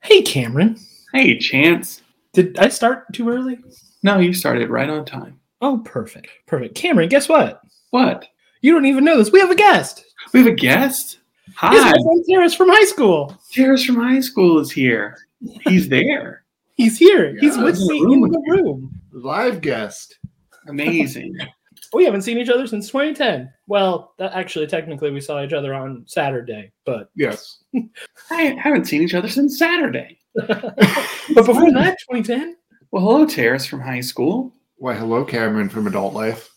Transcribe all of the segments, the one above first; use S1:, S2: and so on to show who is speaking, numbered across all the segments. S1: Hey, Cameron.
S2: Hey, Chance.
S1: Did I start too early?
S2: No, you started right on time.
S1: Oh, perfect. Perfect. Cameron, guess what?
S2: What?
S1: You don't even know this. We have a guest.
S2: We have a guest?
S1: It's
S2: Hi.
S1: my friend Terrence from high school.
S2: Terrence from high school is here. He's there.
S1: He's here. He's
S3: Yeah,
S1: with
S2: he's in
S1: me
S2: the
S1: in
S2: room
S1: the
S2: with you.
S1: room.
S3: Live guest.
S2: Amazing.
S1: We haven't seen each other since 2010. Well, that, actually, technically, we saw each other on Saturday, but
S3: Yes.
S2: I haven't seen each other since Saturday.
S1: but before that, 2010.
S2: Well, hello, Terrence from high school.
S3: Why, hello, Cameron from Adult Life.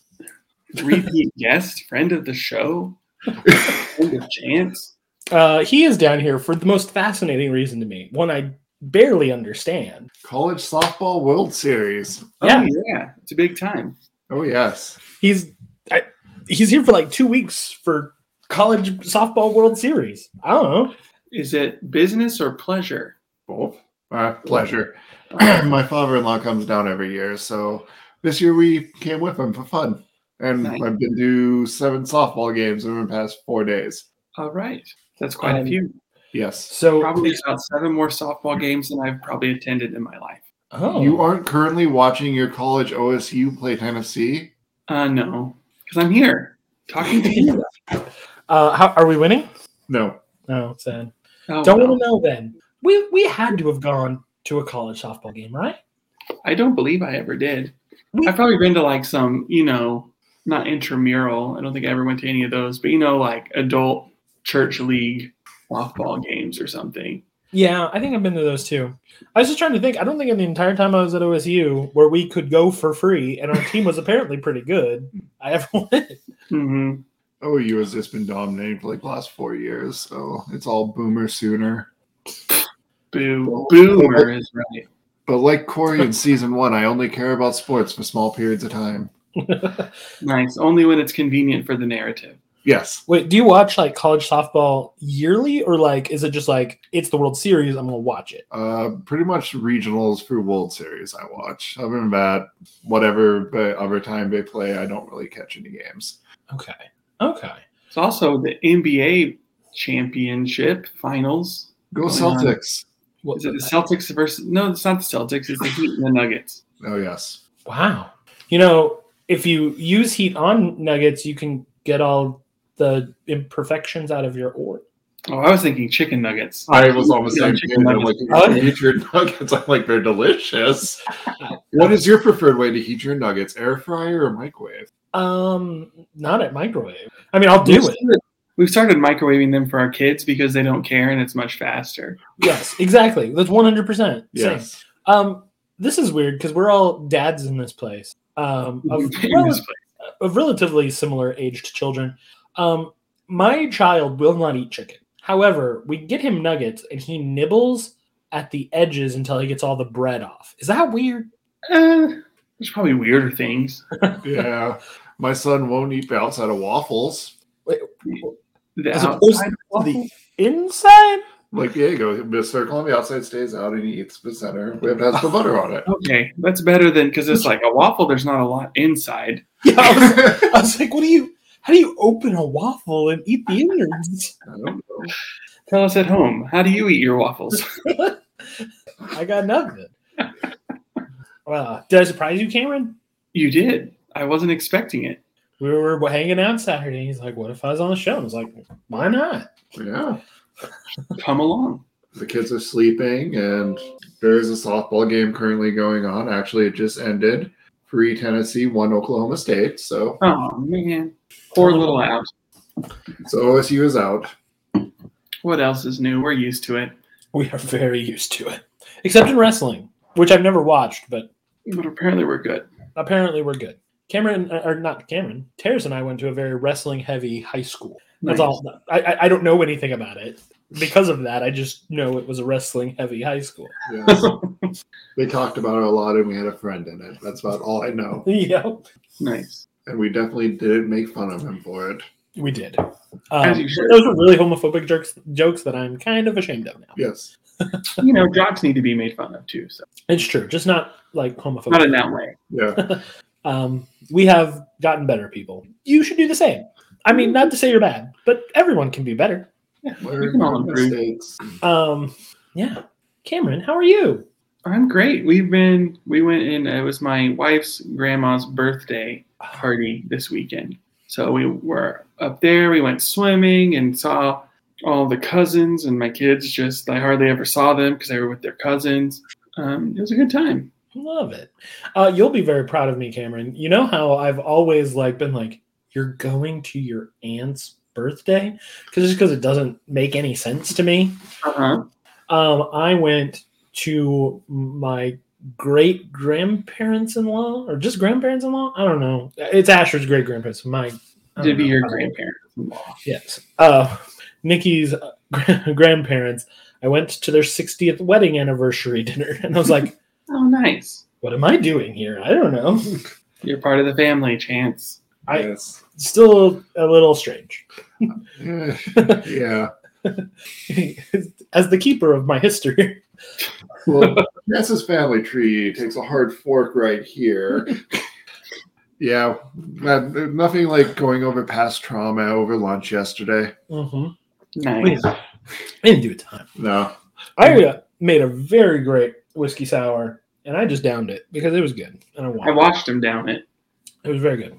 S2: Repeat guest, friend of the show, friend of Chance.
S1: Uh, he is down here for the most fascinating reason to me, one I barely understand.
S3: College Softball World Series.
S2: Oh,
S1: Yeah.
S2: yeah. It's a big time.
S3: Oh, yes.
S1: He's I, he's here for like two weeks for college softball World Series. I don't know.
S2: Is it business or pleasure?
S3: Both. My pleasure. My father in law comes down every year. So this year we came with him for fun. And
S2: Nice.
S3: I've been to seven softball games over the past four days.
S2: All right. That's quite
S1: Um,
S2: a few.
S3: Yes.
S1: So
S2: Probably about seven more softball games than I've probably attended in my life.
S1: oh,
S3: You aren't currently watching your college OSU play Tennessee?
S2: Uh, no, because I'm here talking to you.
S1: Uh, how are we winning?
S3: No.
S1: Oh, sad.
S2: Oh,
S1: Don't
S2: well,
S1: want to know then. We we had to have gone to a college softball game, right?
S2: I don't believe I ever did. I've probably been to like some, you know, not intramural. I don't think I ever went to any of those, but you know, like adult church league softball games or something.
S1: Yeah, I think I've been to those too. I was just trying to think. I don't think in the entire time I was at OSU where we could go for free and our team was apparently pretty good. I ever went.
S2: hmm
S3: OU has Oh, just been dominating for like the last four years. So it's all boomer sooner.
S2: Boo, boomer is right.
S3: But like Corey in season one, I only care about sports for small periods of time.
S2: Nice. Only when it's convenient for the narrative.
S3: Yes.
S1: Wait, do you watch like college softball yearly or like is it just like it's the World Series? I'm gonna watch it.
S3: Uh, pretty much regionals through World Series I watch. Other than that, whatever but other time they play, I don't really catch any games.
S1: Okay. Okay.
S2: It's also the NBA championship finals.
S3: Go
S2: Going on.
S3: Celtics.
S1: What,
S2: Is it the Celtics versus? No, it's not the Celtics. It's the Heat and the Nuggets.
S3: Oh yes.
S1: Wow. You know, if you use heat on nuggets, you can get all the imperfections out of your ore.
S2: Oh, I was thinking chicken nuggets.
S3: I was on the
S2: Yeah,
S3: same
S2: chicken
S3: page. I'm like,
S2: nuggets.
S3: "You can eat your nuggets. I'm like, they're delicious. what is your preferred way to heat your nuggets? Air fryer or microwave?
S1: Um, not at microwave. I mean, I'll do
S2: We've
S1: it.
S2: started- We've started microwaving them for our kids because they don't care and it's much faster.
S1: Yes, exactly. That's one hundred percent. Same.
S3: Yes.
S1: Um, this is weird because we're all dads in this place. Um, of,
S2: In this place.
S1: of relatively similar aged children. Um, my child will not eat chicken. However, we get him nuggets and he nibbles at the edges until he gets all the bread off. Is that weird?
S2: Uh, there's probably weirder things.
S3: yeah. My son won't eat outside of waffles.
S2: The
S1: As opposed
S2: outside-
S1: to the inside?
S3: Like Diego, the circle on the outside stays out and he eats the center. It has the butter on it.
S2: okay, that's better than because it's like a waffle. There's not a lot inside.
S1: Yeah, I was, I was like, what do you, how do you open a waffle and eat the innards?
S3: I don't know.
S2: Tell us at home. How do you eat your waffles?
S1: I got nothing. Uh, did I surprise you, Cameron?
S2: you did. I wasn't expecting it.
S1: We were hanging out Saturday. And he's like, what if I was on the show? I was like, why not?
S3: Yeah.
S2: Come along.
S3: The kids are sleeping and there is a softball game currently going on. Actually, it just ended. Three Tennessee, one Oklahoma State. So
S2: Oh man, poor little out.
S3: so OSU is out.
S2: What else is new? We're used to it.
S1: We are very used to it, except in wrestling, which I've never watched, but
S2: But apparently we're good.
S1: apparently we're good. Cameron, uh, or not Cameron, Terrence and I went to a very wrestling heavy high school. That's
S2: Nice.
S1: all. I, I- I don't know anything about it. Because of that, I just know it was a wrestling heavy high school.
S3: Yes. they talked about it a lot and we had a friend in it. That's about all I know.
S1: yep.
S2: Nice.
S3: And we definitely didn't make fun of him for it.
S1: We did.
S2: As
S1: Um,
S2: you should.
S1: those are really homophobic jokes, jokes that I'm kind of ashamed of now.
S3: Yes.
S2: You know, jocks need to be made fun of too. So
S1: It's true, just not like homophobic.
S2: not in that way.
S3: Yeah.
S1: um, we have gotten better people. You should do the same. I mean, not to say you're bad, but everyone can be better.
S2: Yeah, we
S3: Learn
S2: can all
S3: from
S2: improve.
S3: mistakes.
S1: Um, yeah. Cameron, how are you?
S2: I'm great. We've been we went in. It was my wife's grandma's birthday party this weekend, so we were up there. We went swimming and saw all the cousins and my kids. Just I hardly ever saw them because they were with their cousins. Um, it was a good time.
S1: Love it. Uh, you'll be very proud of me, Cameron. You know how I've always like been like, you're going to your aunt's birthday because just because it doesn't make any sense to me.
S2: Uh-huh.
S1: Um, I went to my great grandparents in law or just grandparents in law. I don't know. It's Asher's great grandparents. My I
S2: Did
S1: don't
S2: be
S1: know.
S2: your
S1: Uh,
S2: grandparents.
S1: Yes. Uh, Nikki's gra- grandparents. I went to their 60th wedding anniversary dinner, and I was like,
S2: Oh, nice.
S1: "What am I doing here? I don't know."
S2: You're part of the family, Chance.
S1: I-
S3: yes.
S1: Still a little strange.
S3: Eh, yeah.
S1: As the keeper of my history,
S3: Well, Jess's family tree takes a hard fork right here. yeah. That, nothing like going over past trauma over lunch yesterday.
S1: hmm
S2: Nice.
S1: in due time,
S3: No.
S1: I uh, made a very great whiskey sour, and I just downed it because it was good, and I wanted.
S2: I watched him down it.
S1: It was very good.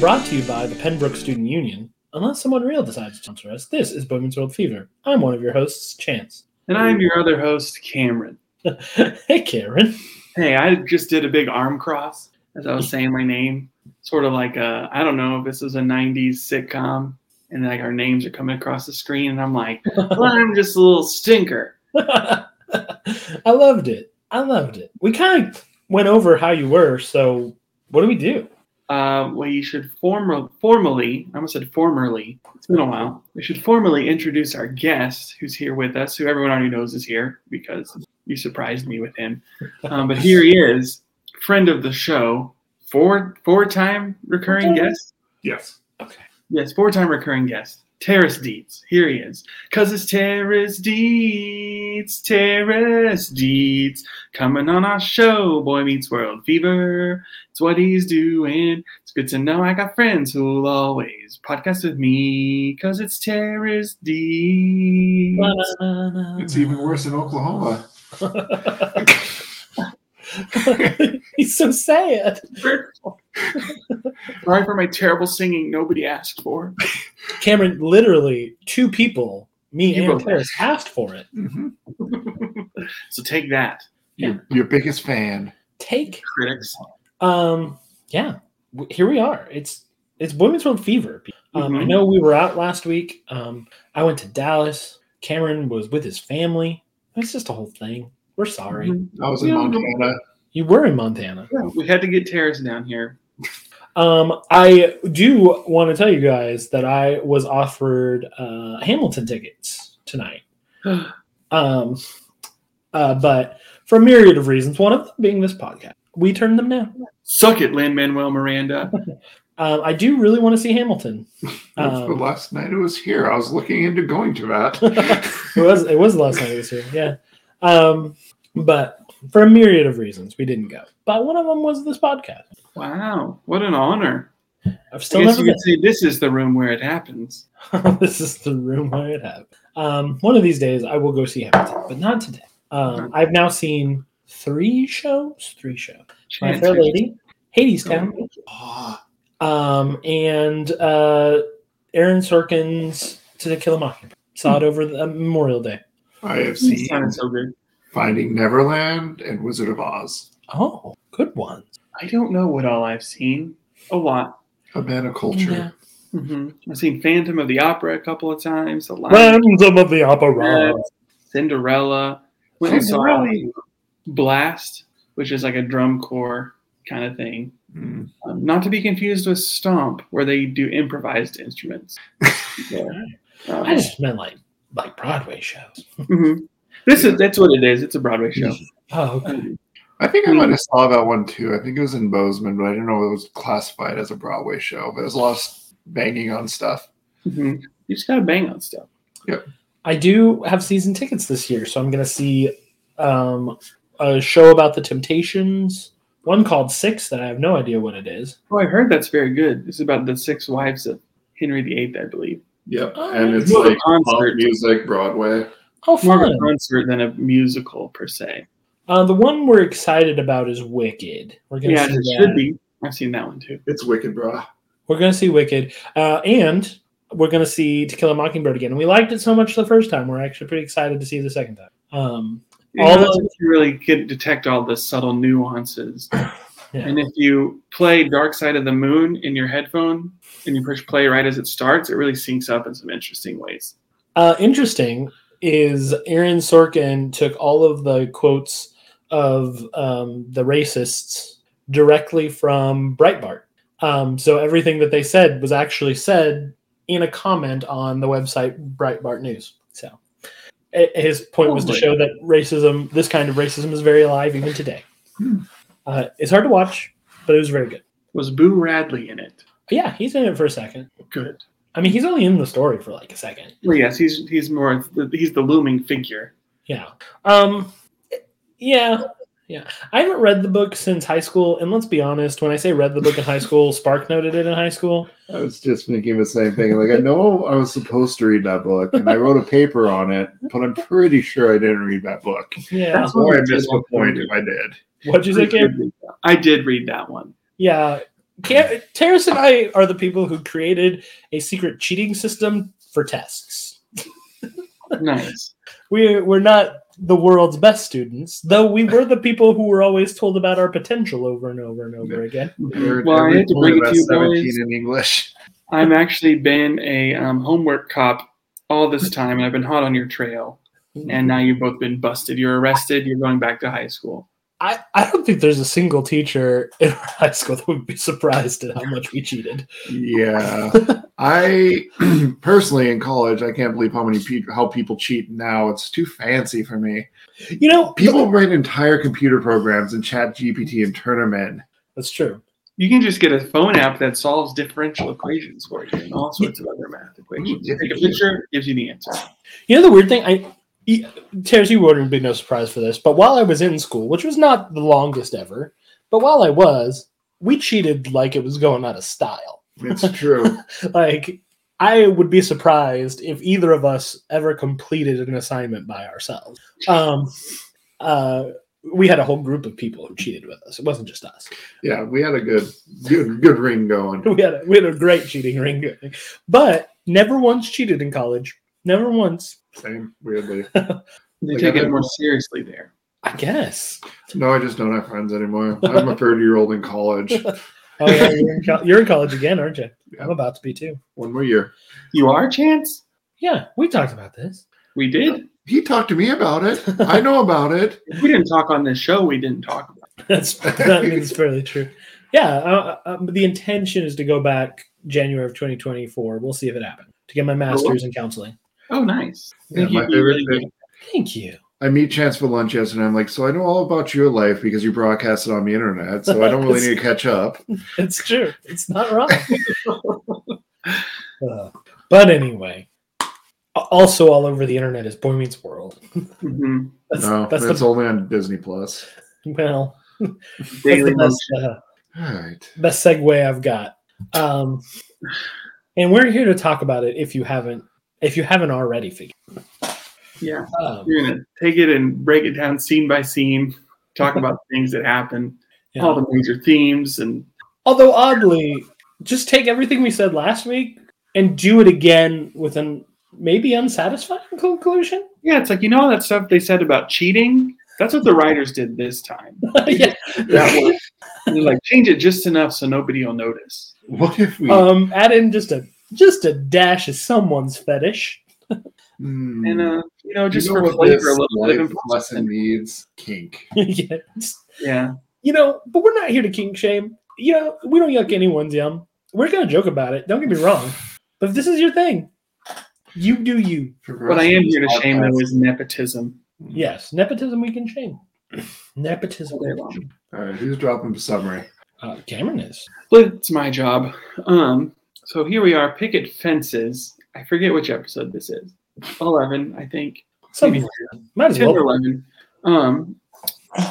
S1: Brought to you by the Pembroke Student Union. Unless someone real decides to sponsor us, this is Bowman's World Fever. I'm one of your hosts, Chance.
S2: And I'm your other host, Cameron.
S1: hey, Karen.
S2: Hey, I just did a big arm cross as I was saying my name. Sort of like I I don't know if this is a 90s sitcom and like our names are coming across the screen and I'm like, well, I'm just a little stinker.
S1: I loved it. I loved it. We kind of went over how you were, so what do we do?
S2: Uh, we should form- formally, I almost said formerly, it's been a while. We should formally introduce our guest who's here with us, who everyone already knows is here because you surprised me with him. Um, but here he is, friend of the show, four four time recurring
S1: Okay.
S2: guest.
S3: Yes.
S2: Yes, four time recurring guest. Terrace Deeds. Here he is. Cause it's Terrace Deeds. Terrace Deeds. Coming on our show, Boy Meets World Fever. It's what he's doing. It's good to know I got friends who'll always podcast with me. Cause it's Terrace Deeds.
S3: It's even worse in Oklahoma.
S1: He's so sad.
S2: Sorry for my terrible singing nobody asked for.
S1: Cameron, literally, two people, me
S2: You
S1: and
S2: both.
S1: Terrace, asked for it.
S3: Mhm.
S2: So take that,
S3: Your, your biggest fan.
S1: Take
S2: critics.
S1: Um, yeah, W- here we are. It's it's Women's World Fever. Um, I
S2: Mhm.
S1: know we were out last week. Um, I went to Dallas. Cameron was with his family. It's just a whole thing. We're sorry.
S3: I was in
S2: Yeah.
S3: Montana.
S1: You were in Montana.
S2: Mm-hmm. Yeah, we had to get Terrace down here.
S1: Um, I do want to tell you guys that I was offered uh, Hamilton tickets tonight. Um, uh, but for a myriad of reasons, one of them being this podcast, we turned them down.
S2: Suck it, Lin Manuel Miranda.
S1: Um, I do really want to see Hamilton.
S3: That's the
S1: Um,
S3: last night it was here. I was looking into going to that.
S1: it was it was the last night he was here. Yeah. Um, but for a myriad of reasons, we didn't go. But one of them was this podcast.
S2: Wow, what an honor.
S1: I've still
S2: I guess
S1: never
S2: you
S1: been.
S2: could say this is the room where it happens.
S1: this is the room I would have. Um, one of these days I will go see Hamilton, but not today. Um, I've now seen three shows. Three shows. My
S2: Chance, Oh,
S1: Fair
S2: who's-
S1: Lady, Hades Town,
S3: Ah,
S1: um, and uh, Aaron Sorkin's To the Kill a Mockingbird. Saw it over the Memorial Day.
S3: I have
S2: He
S3: seen
S2: sounded so good.
S3: Finding Neverland and Wizard of Oz.
S1: Oh, good one.
S2: I don't know what all I've seen. A lot.
S3: A man of culture.
S1: Yeah.
S2: hmm I've seen Phantom of the Opera a couple of times. A lot.
S1: Phantom of the Opera.
S2: Cinderella. Went and saw
S3: Cinderella.
S2: Blast, which is like a drum corps kind of thing.
S3: Mm.
S2: Um, not to be confused with Stomp, where they do improvised instruments. Yeah. Um, mm-hmm.
S1: I just meant like like Broadway shows.
S2: mhm. This is that's what it is. It's a Broadway show.
S1: Oh, okay.
S2: Um,
S3: I think I might have saw that one too. I think it was in Bozeman, but I didn't know it was classified as a Broadway show. But there's a lot of banging on stuff.
S2: mhm. You just gotta bang on stuff.
S1: I do have season tickets this year, so I'm going to see um, a show about the Temptations. One called Six that I have no idea what it is.
S2: Oh, I heard that's very good. It's about the six wives of Henry VIII, I believe.
S3: Yep,
S1: Oh,
S3: and it's
S2: More of a
S3: like pop
S2: concert.
S3: music Broadway.
S1: Oh,
S2: More of
S1: fun!
S2: a concert than a musical per se.
S1: Uh, the one we're excited about is Wicked. We're going to
S2: Yeah,
S1: see
S2: it
S1: that.
S2: should be. I've seen that one too.
S3: It's wicked, bro.
S1: We're going to see Wicked, uh, and we're going to see To Kill a Mockingbird again. And we liked it so much the first time. We're actually pretty excited to see it the second time. Um,
S2: You
S1: All
S2: know, that's
S1: of-
S2: if you really can detect all the subtle nuances.
S1: Yeah.
S2: And if you play Dark Side of the Moon in your headphone and you push play right as it starts, it really syncs up in some interesting ways.
S1: Uh, interesting is Aaron Sorkin took all of the quotes of um, the racists directly from Breitbart. Um, so everything that they said was actually said in a comment on the website Breitbart News. So i- his point was to
S2: Lovely.
S1: show that racism, this kind of racism, is very alive even today.
S2: Hmm.
S1: Uh, it's hard to watch, but it was very good.
S2: Was Boo Radley in it?
S1: yeah, he's in it for a second.
S2: Good.
S1: I mean, he's only in the story for like a second.
S2: Well, yes, he's he's more he's the looming figure.
S1: Yeah. Um yeah. Yeah. I haven't read the book since high school, and let's be honest, when I say read the book in high school, Spark noted it in high school.
S3: I was just thinking the same thing. Like I know I was supposed to read that book, and I wrote a paper on it, but I'm pretty sure I didn't read that book.
S1: Yeah.
S2: That's what
S3: Or I
S2: we did
S3: missed a
S2: with
S3: point
S2: Moon.
S3: if I did.
S1: What'd you say, Karen?
S2: I did read that one.
S1: Yeah. Car- Terrace and I are the people who created a secret cheating system for tests.
S2: Nice.
S1: We're we're not the world's best students, though we were the people who were always told about our potential over and over and over again.
S3: There-
S2: Well, I
S3: every
S2: had to
S3: point
S2: bring
S3: of
S2: it
S3: us
S2: to you
S3: 17
S2: boys.
S3: in English.
S2: I've actually been a um, homework cop all this time, and I've been hot on your trail. And now you've both been busted. You're arrested. You're going back to high school.
S1: I, I don't think there's a single teacher in our high school that would be surprised at how much we cheated.
S3: Yeah, I personally in college, I can't believe how many pe- how people cheat now. It's too fancy for me.
S1: You know,
S3: People write entire computer programs in Chat GPT and turn them in.
S1: That's true.
S2: You can just get a phone app that solves differential equations for you and all sorts of other math equations. You Take a picture, gives you the answer.
S1: You know the weird thing, I e- Terrence, you wouldn't be no surprise for this, but while I was in school, which was not the longest ever, but while I was, we cheated like it was going out of style.
S3: It's true.
S1: Like I would be surprised if either of us ever completed an assignment by ourselves. Um, uh, we had a whole group of people who cheated with us. It wasn't just us.
S3: yeah, we had a good good good ring going.
S1: we had a, we had a great cheating ring, going. but never once cheated in college. Never once.
S3: Same weirdly.
S2: They
S3: Like,
S2: take
S3: I
S2: it
S3: don't
S2: more
S3: know.
S2: seriously there.
S1: I guess.
S3: No, I just don't have friends anymore. I'm a 30 year old in college.
S1: Oh, yeah, you're, in col- you're in college again, aren't you? I'm about to be too.
S3: One more year.
S2: You are Chance.
S1: Yeah, we talked about this.
S2: We did.
S3: He talked to me about it. I know about it.
S2: If we didn't talk on this show. We didn't talk about.
S1: That's that is fairly true. Yeah, uh, uh, um, the intention is to go back January of 2024. We'll see if it happens to get my master's in counseling.
S2: It. Oh, nice. I think
S3: Yeah, my
S2: you'd be
S3: favorite
S2: really
S3: thing.
S2: good.
S1: Thank you.
S3: I meet Chance for lunch yesterday. I'm like, so I know all about your life because you broadcast it on the internet. So I don't really need to catch up.
S1: It's true. It's not wrong. Uh, but anyway, a- also all over the internet is Boy Meets World.
S2: Mhm.
S1: That's,
S3: no,
S1: that's
S3: that's,
S1: the
S3: only on Disney Plus.
S1: well. That's
S2: Daily
S1: the best,
S2: Motion.
S1: uh,
S3: All right.
S1: best segue I've got. Um, and we're here to talk about it. If you haven't, if you haven't already figured,
S2: Yeah,
S1: um,
S2: you're gonna take it and break it down scene by scene. Talk about things that happen,
S1: yeah.
S2: all the major themes, and
S1: although oddly, just take everything we said last week and do it again with an maybe unsatisfying conclusion.
S2: Yeah, it's like you know all that stuff they said about cheating. That's what the writers did this time.
S1: yeah.
S2: That was and they're like change it just enough so nobody will notice.
S3: What if we.
S2: Uh,
S1: Um, add in just a just a dash of someone's fetish.
S3: Hmm.
S2: And uh, you know,
S3: You
S2: just
S3: know
S2: for
S3: what
S2: flavor, a
S3: this
S2: little
S3: life
S2: bit of
S3: lesson
S2: impressive.
S3: needs kink.
S1: yeah. Just-
S2: Yeah,
S1: you know, but we're not here to kink shame. You know, we don't yuck anyone's yum. We're gonna joke about it. Don't get me wrong. But if this is your thing, you do you.
S3: For
S2: but I am
S3: us,
S2: here to
S3: this
S2: shame
S3: podcast-
S2: though is nepotism.
S1: Yes, nepotism we can shame. Nepotism.
S2: all day long.
S3: All right, who's dropping the summary?
S1: Uh, Cameron is.
S2: Well, it's my job. Um, so here we are, picket fences. I forget which episode this is. Eleven, I think.
S1: Something like that. Might as
S2: Ten or
S1: well.
S2: eleven. Um,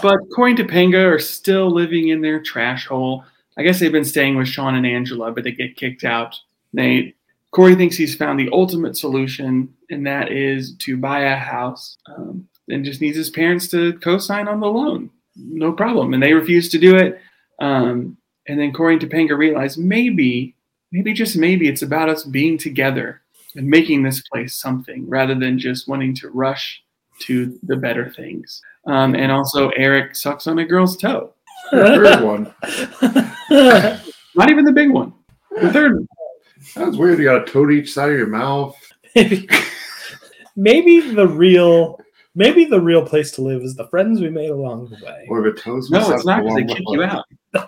S2: but Corey and Topanga are still living in their trash hole. I guess they've been staying with Sean and Angela, but they get kicked out. They Corey thinks he's found the ultimate solution, and that is to buy a house. Um, and just needs his parents to co-sign on the loan. No problem. And they refuse to do it. Um, and then Corey and Topanga realize maybe, maybe just maybe it's about us being together and making this place something rather than just wanting to rush to the better things. Um, and also, Eric sucks on a girl's toe.
S3: The third one.
S2: Not even the big one. The third one.
S3: Sounds weird. You got a toe to each side of your mouth.
S1: maybe, maybe the real maybe the real place to live is the friends we made along the way.
S3: Or if it toes
S2: No,
S3: must
S2: it's
S3: have
S2: not
S3: to
S2: because they
S3: belong
S2: kick
S3: with
S2: you
S3: one.
S2: out.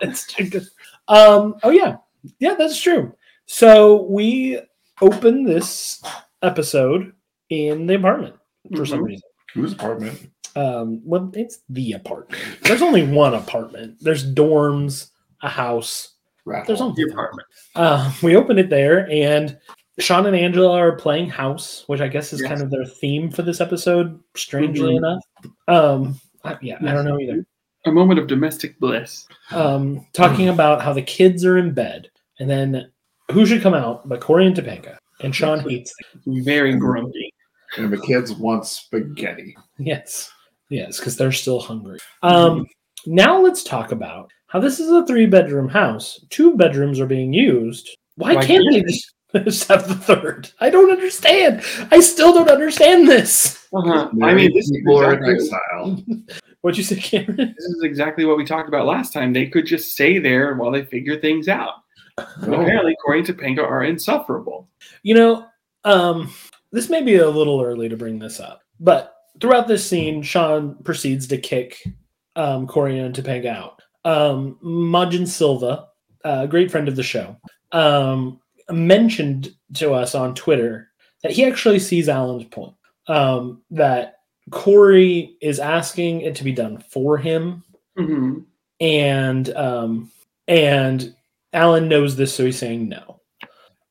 S1: That's too good. Um, oh yeah, yeah, that's true. So we open this episode in the apartment for some
S2: Mhm.
S1: reason.
S3: Whose apartment?
S1: Um, well, it's the apartment. There's only one apartment. There's dorms, a house.
S3: Rat
S1: There's
S3: hole.
S1: only
S2: The apartment.
S1: Uh, we open it there, and Sean and Angela are playing house, which I guess is
S2: Yes.
S1: kind of their theme for this episode. Strangely
S2: Mhm.
S1: enough, um, I, yeah, I don't know either.
S2: A moment of domestic bliss.
S1: um, talking about how the kids are in bed, and then who should come out but Corey and Topanga. And Sean hates.
S2: Very grumpy.
S3: And the kids want spaghetti.
S1: Yes, yes, because they're still hungry. Um, now let's talk about how this is a three-bedroom house. Two bedrooms are being used. Why,
S2: Why
S1: can't they
S2: can't
S1: just, just have the third? I don't understand. I still don't understand this.
S2: Uh-huh. I mean, this is,
S3: people are in
S2: exactly,
S3: exile.
S1: What'd you say, Cameron?
S2: this is exactly what we talked about last time. They could just stay there while they figure things out. But
S3: No.
S2: Apparently, Corey and Topanga are insufferable.
S1: You know, um, this may be a little early to bring this up, but throughout this scene, Sean proceeds to kick um, Corey and Topanga out. Um, Majin Silva, a great friend of the show, um, mentioned to us on Twitter that he actually sees Alan's point um, that Corey is asking it to be done for him,
S2: hmm
S1: and um, and Alan knows this, so he's saying no.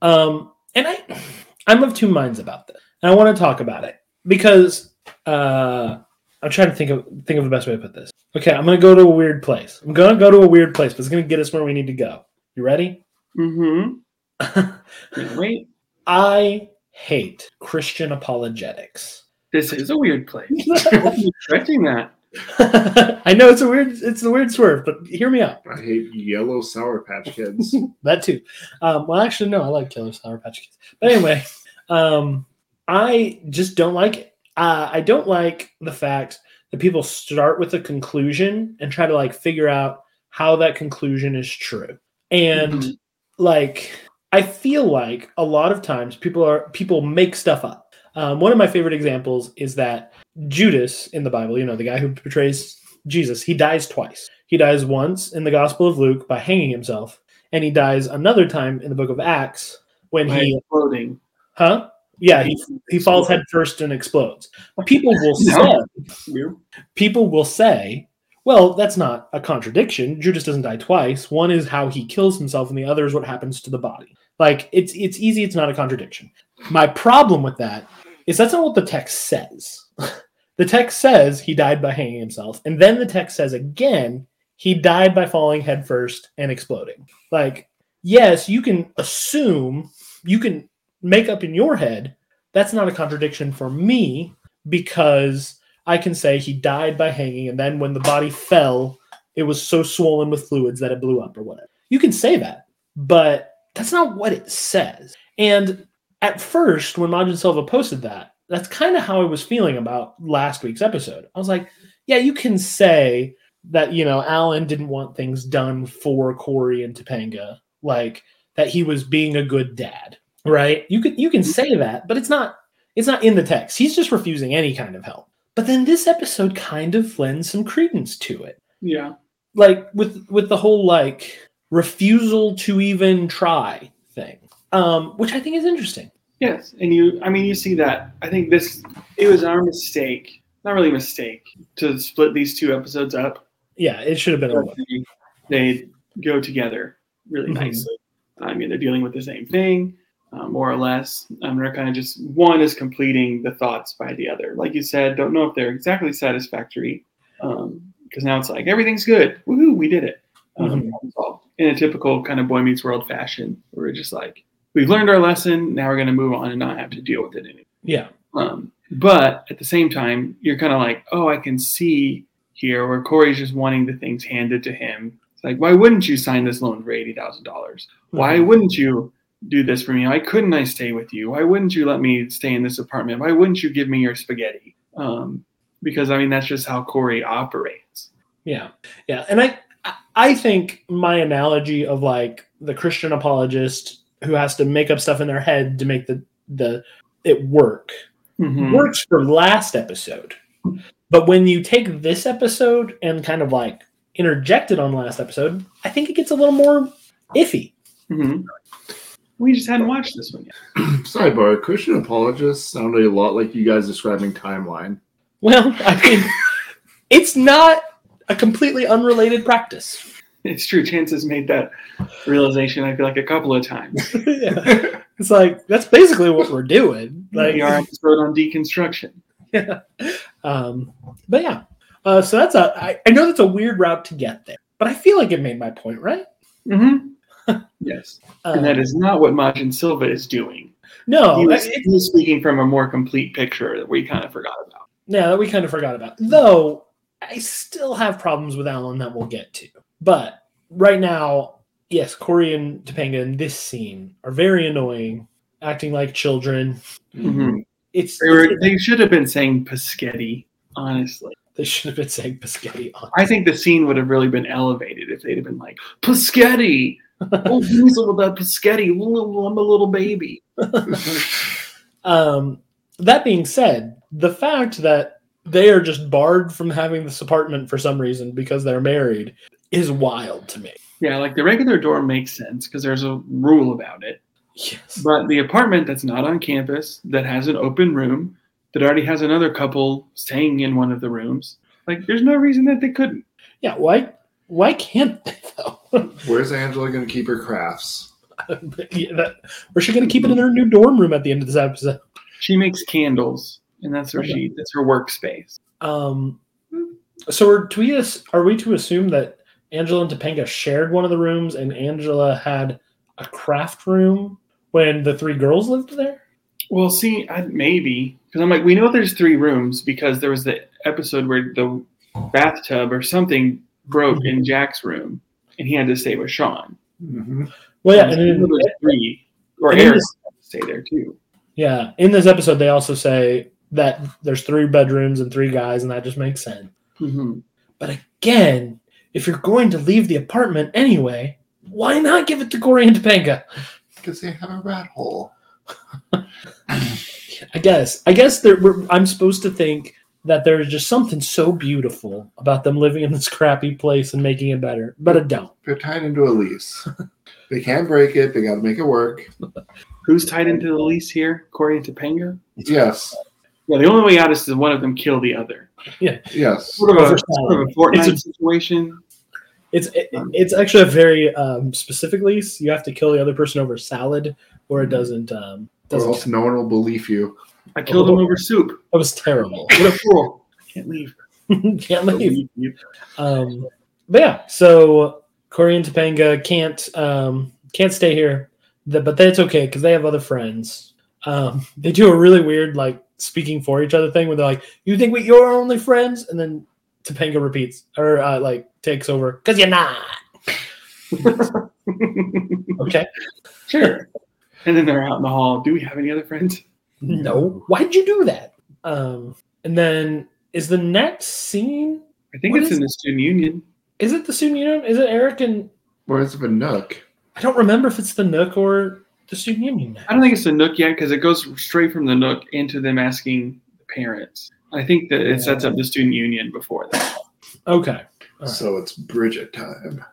S1: Um, and I, I'm of two minds about this, and I want to talk about it because uh, I'm trying to think of think of the best way to put this. Okay, I'm gonna go to a weird place. I'm gonna go to a weird place, but it's gonna get us where we need to go. You ready?
S2: Mm-hmm. Wait,
S1: I hate Christian apologetics.
S2: this is a weird place. Stretching that.
S1: I know it's a weird it's a weird swerve, but hear me out.
S3: I hate yellow Sour Patch Kids.
S1: that too. Um, well, actually, no, I like Killer Sour Patch Kids. But anyway, um, I just don't like it. Uh, I don't like the fact that people start with a conclusion and try to like figure out how that conclusion is true. And
S2: Mhm.
S1: like, I feel like a lot of times people are people make stuff up. Um, one of my favorite examples is that Judas in the Bible, you know, the guy who betrays Jesus, he dies twice. He dies once in the Gospel of Luke by hanging himself, and he dies another time in the book of Acts when
S2: By
S1: he,
S2: exploding.
S1: huh? Yeah, he, he falls head first and explodes. People will say,
S2: No. Weird.
S1: people will say, well, that's not a contradiction. Judas doesn't die twice. One is how he kills himself, and the other is what happens to the body. Like it's it's easy. It's not a contradiction. My problem with that is that's not what the text says. the text says he died by hanging himself, and then the text says again he died by falling headfirst and exploding. Like yes, you can assume, you can make up in your head. That's not a contradiction for me because I can say he died by hanging, and then when the body fell, it was so swollen with fluids that it blew up or whatever. You can say that, but that's not what it says. And at first, when Majin Silva posted that, that's kind of how I was feeling about last week's episode. I was like, yeah, you can say that, you know, Alan didn't want things done for Corey and Topanga, like that he was being a good dad, right? You can you can say that, but it's not it's not in the text. He's just refusing any kind of help. But then this episode kind of lends some credence to it.
S2: Yeah.
S1: Like with with the whole like refusal to even try thing. Um, which I think is interesting.
S2: Yes. And you, I mean, you see that. I think this, it was our mistake not really a mistake to split these two episodes up.
S1: Yeah, it should have been a one.
S2: They, they go together really
S1: Mhm.
S2: nicely. I mean, they're dealing with the same thing, uh, more or less. Um, they're kind of just one is completing the thoughts by the other. Like you said, don't know if they're exactly satisfactory because Um, now it's like everything's good. Woohoo, we did it. Um,
S1: Mhm.
S2: problem solved. In a typical kind of boy meets world fashion, where we're just like, we've learned our lesson. Now we're going to move on and not have to deal with it anymore.
S1: Yeah.
S2: Um, but at the same time, you're kind of like, oh, I can see here where Corey's just wanting the things handed to him. It's like, why wouldn't you sign this loan for eighty thousand dollars?
S1: Mm-hmm.
S2: Why wouldn't you do this for me? Why couldn't I stay with you? Why wouldn't you let me stay in this apartment? Why wouldn't you give me your spaghetti? Um, because I mean, that's just how Corey operates.
S1: Yeah, yeah, and I I think my analogy of like the Christian apologist who has to make up stuff in their head to make the the it work
S2: Mhm.
S1: works for last episode, but when you take this episode and kind of like interject it on last episode, I think it gets a little more iffy.
S2: Mhm. We just hadn't watched this one yet.
S3: Sidebar: Christian apologists sounded a lot like you guys describing timeline.
S1: Well, I mean, it's not a completely unrelated practice.
S2: It's true. Chances made that realization. I feel like a couple of times.
S1: Yeah. It's like that's basically what we're doing. Like
S2: our episode on deconstruction.
S1: Um, but yeah, uh, so that's a. I, I know that's a weird route to get there, but I feel like it made my point, right?
S2: Mm-hmm. yes,
S1: Um,
S2: and that is not what Majin Silva is doing.
S1: Uh, no,
S2: he, was,
S1: it-
S2: he was speaking from a more complete picture that we kind of forgot about.
S1: yeah, that we kind of forgot about.
S2: Mm-hmm.
S1: Though I still have problems with Alan that we'll get to. But right now, yes, Corey and Topanga in this scene are very annoying, acting like children. Mm-hmm.
S2: Mhm.
S1: It's
S2: They, were, they should have been saying Paschetti, honestly.
S1: they should have been saying Biscotti on.
S2: I think the scene would have really been elevated if they'd have been like, Paschetti! Oh, he's all about Paschetti. Ooh, I'm a little baby.
S1: Um, that being said, the fact that they are just barred from having this apartment for some reason because they're married is wild to me.
S2: Yeah, like the regular dorm makes sense because there's a rule about it.
S1: Yes.
S2: But the apartment that's not on campus, that has an open room, that already has another couple staying in one of the rooms, like there's no reason that they couldn't.
S1: Yeah. Why? Why can't they though?
S3: Where's Angela going to keep her crafts?
S1: yeah, that, or she going to keep it in her new dorm room at the end of this episode?
S2: She makes candles, and that's where she that's her workspace.
S1: Um, so are we as- are we to assume that Angela and Topanga shared one of the rooms, and Angela had a craft room when the three girls lived there?
S2: Well, see, I, maybe because I'm like, we know there's three rooms because there was the episode where the bathtub or something broke
S1: Mm-hmm.
S2: in Jack's room, and he had to stay with Sean.
S3: Mm-hmm.
S1: Well, Oh, yeah,
S2: and
S1: and then-
S2: there's three, or
S1: and in
S2: Eric
S1: this-
S2: had to stay there too.
S1: Yeah, in this episode, they also say that there's three bedrooms and three guys, and that just makes sense.
S2: hmm
S1: But again, if you're going to leave the apartment anyway, why not give it to Corey and Topanga?
S3: Because they have a rat hole.
S1: I guess. I guess there, we're, I'm supposed to think that there's just something so beautiful about them living in this crappy place and making it better, but I don't.
S3: They're tied into a lease. they can't break it. They got to make it work.
S2: Who's tied into the lease here? Corey and Topanga.
S3: Yes.
S2: Yeah, the only way out is to one of them kill the other.
S3: Yes.
S2: Sort of a,
S1: Over
S2: sort of a
S1: time.
S2: Fortnite
S1: It's
S2: situation.
S1: It's it, it's actually a very um, specific lease. You have to kill the other person over salad, or it doesn't. Um,
S3: Or
S1: doesn't.
S3: else no one will believe you.
S2: I killed him over soup.
S1: That was terrible.
S2: What a fool! Can't leave.
S1: Can't leave. Um, but yeah, so Corey and Topanga can't um, can't stay here, th- but that's okay because they have other friends. Um, they do a really weird like speaking for each other thing where they're like, "You think we you're only friends?" and then Topanga repeats or uh, like takes over because you're not. Okay,
S2: sure. And then they're out in the hall. Do we have any other friends?
S1: no, why did you do that? Um, and then is the next scene?
S2: I think
S1: What
S2: it's
S1: is-
S2: in the student union.
S1: Is it the student union? Is it Eric and
S3: Where's the nook?
S1: I don't remember if it's the Nook or the student union. now.
S2: I don't think it's the Nook yet because it goes straight from the Nook into them asking the parents. I think that it sets up the student union before that.
S1: Okay. All right.
S3: So it's Bridget time.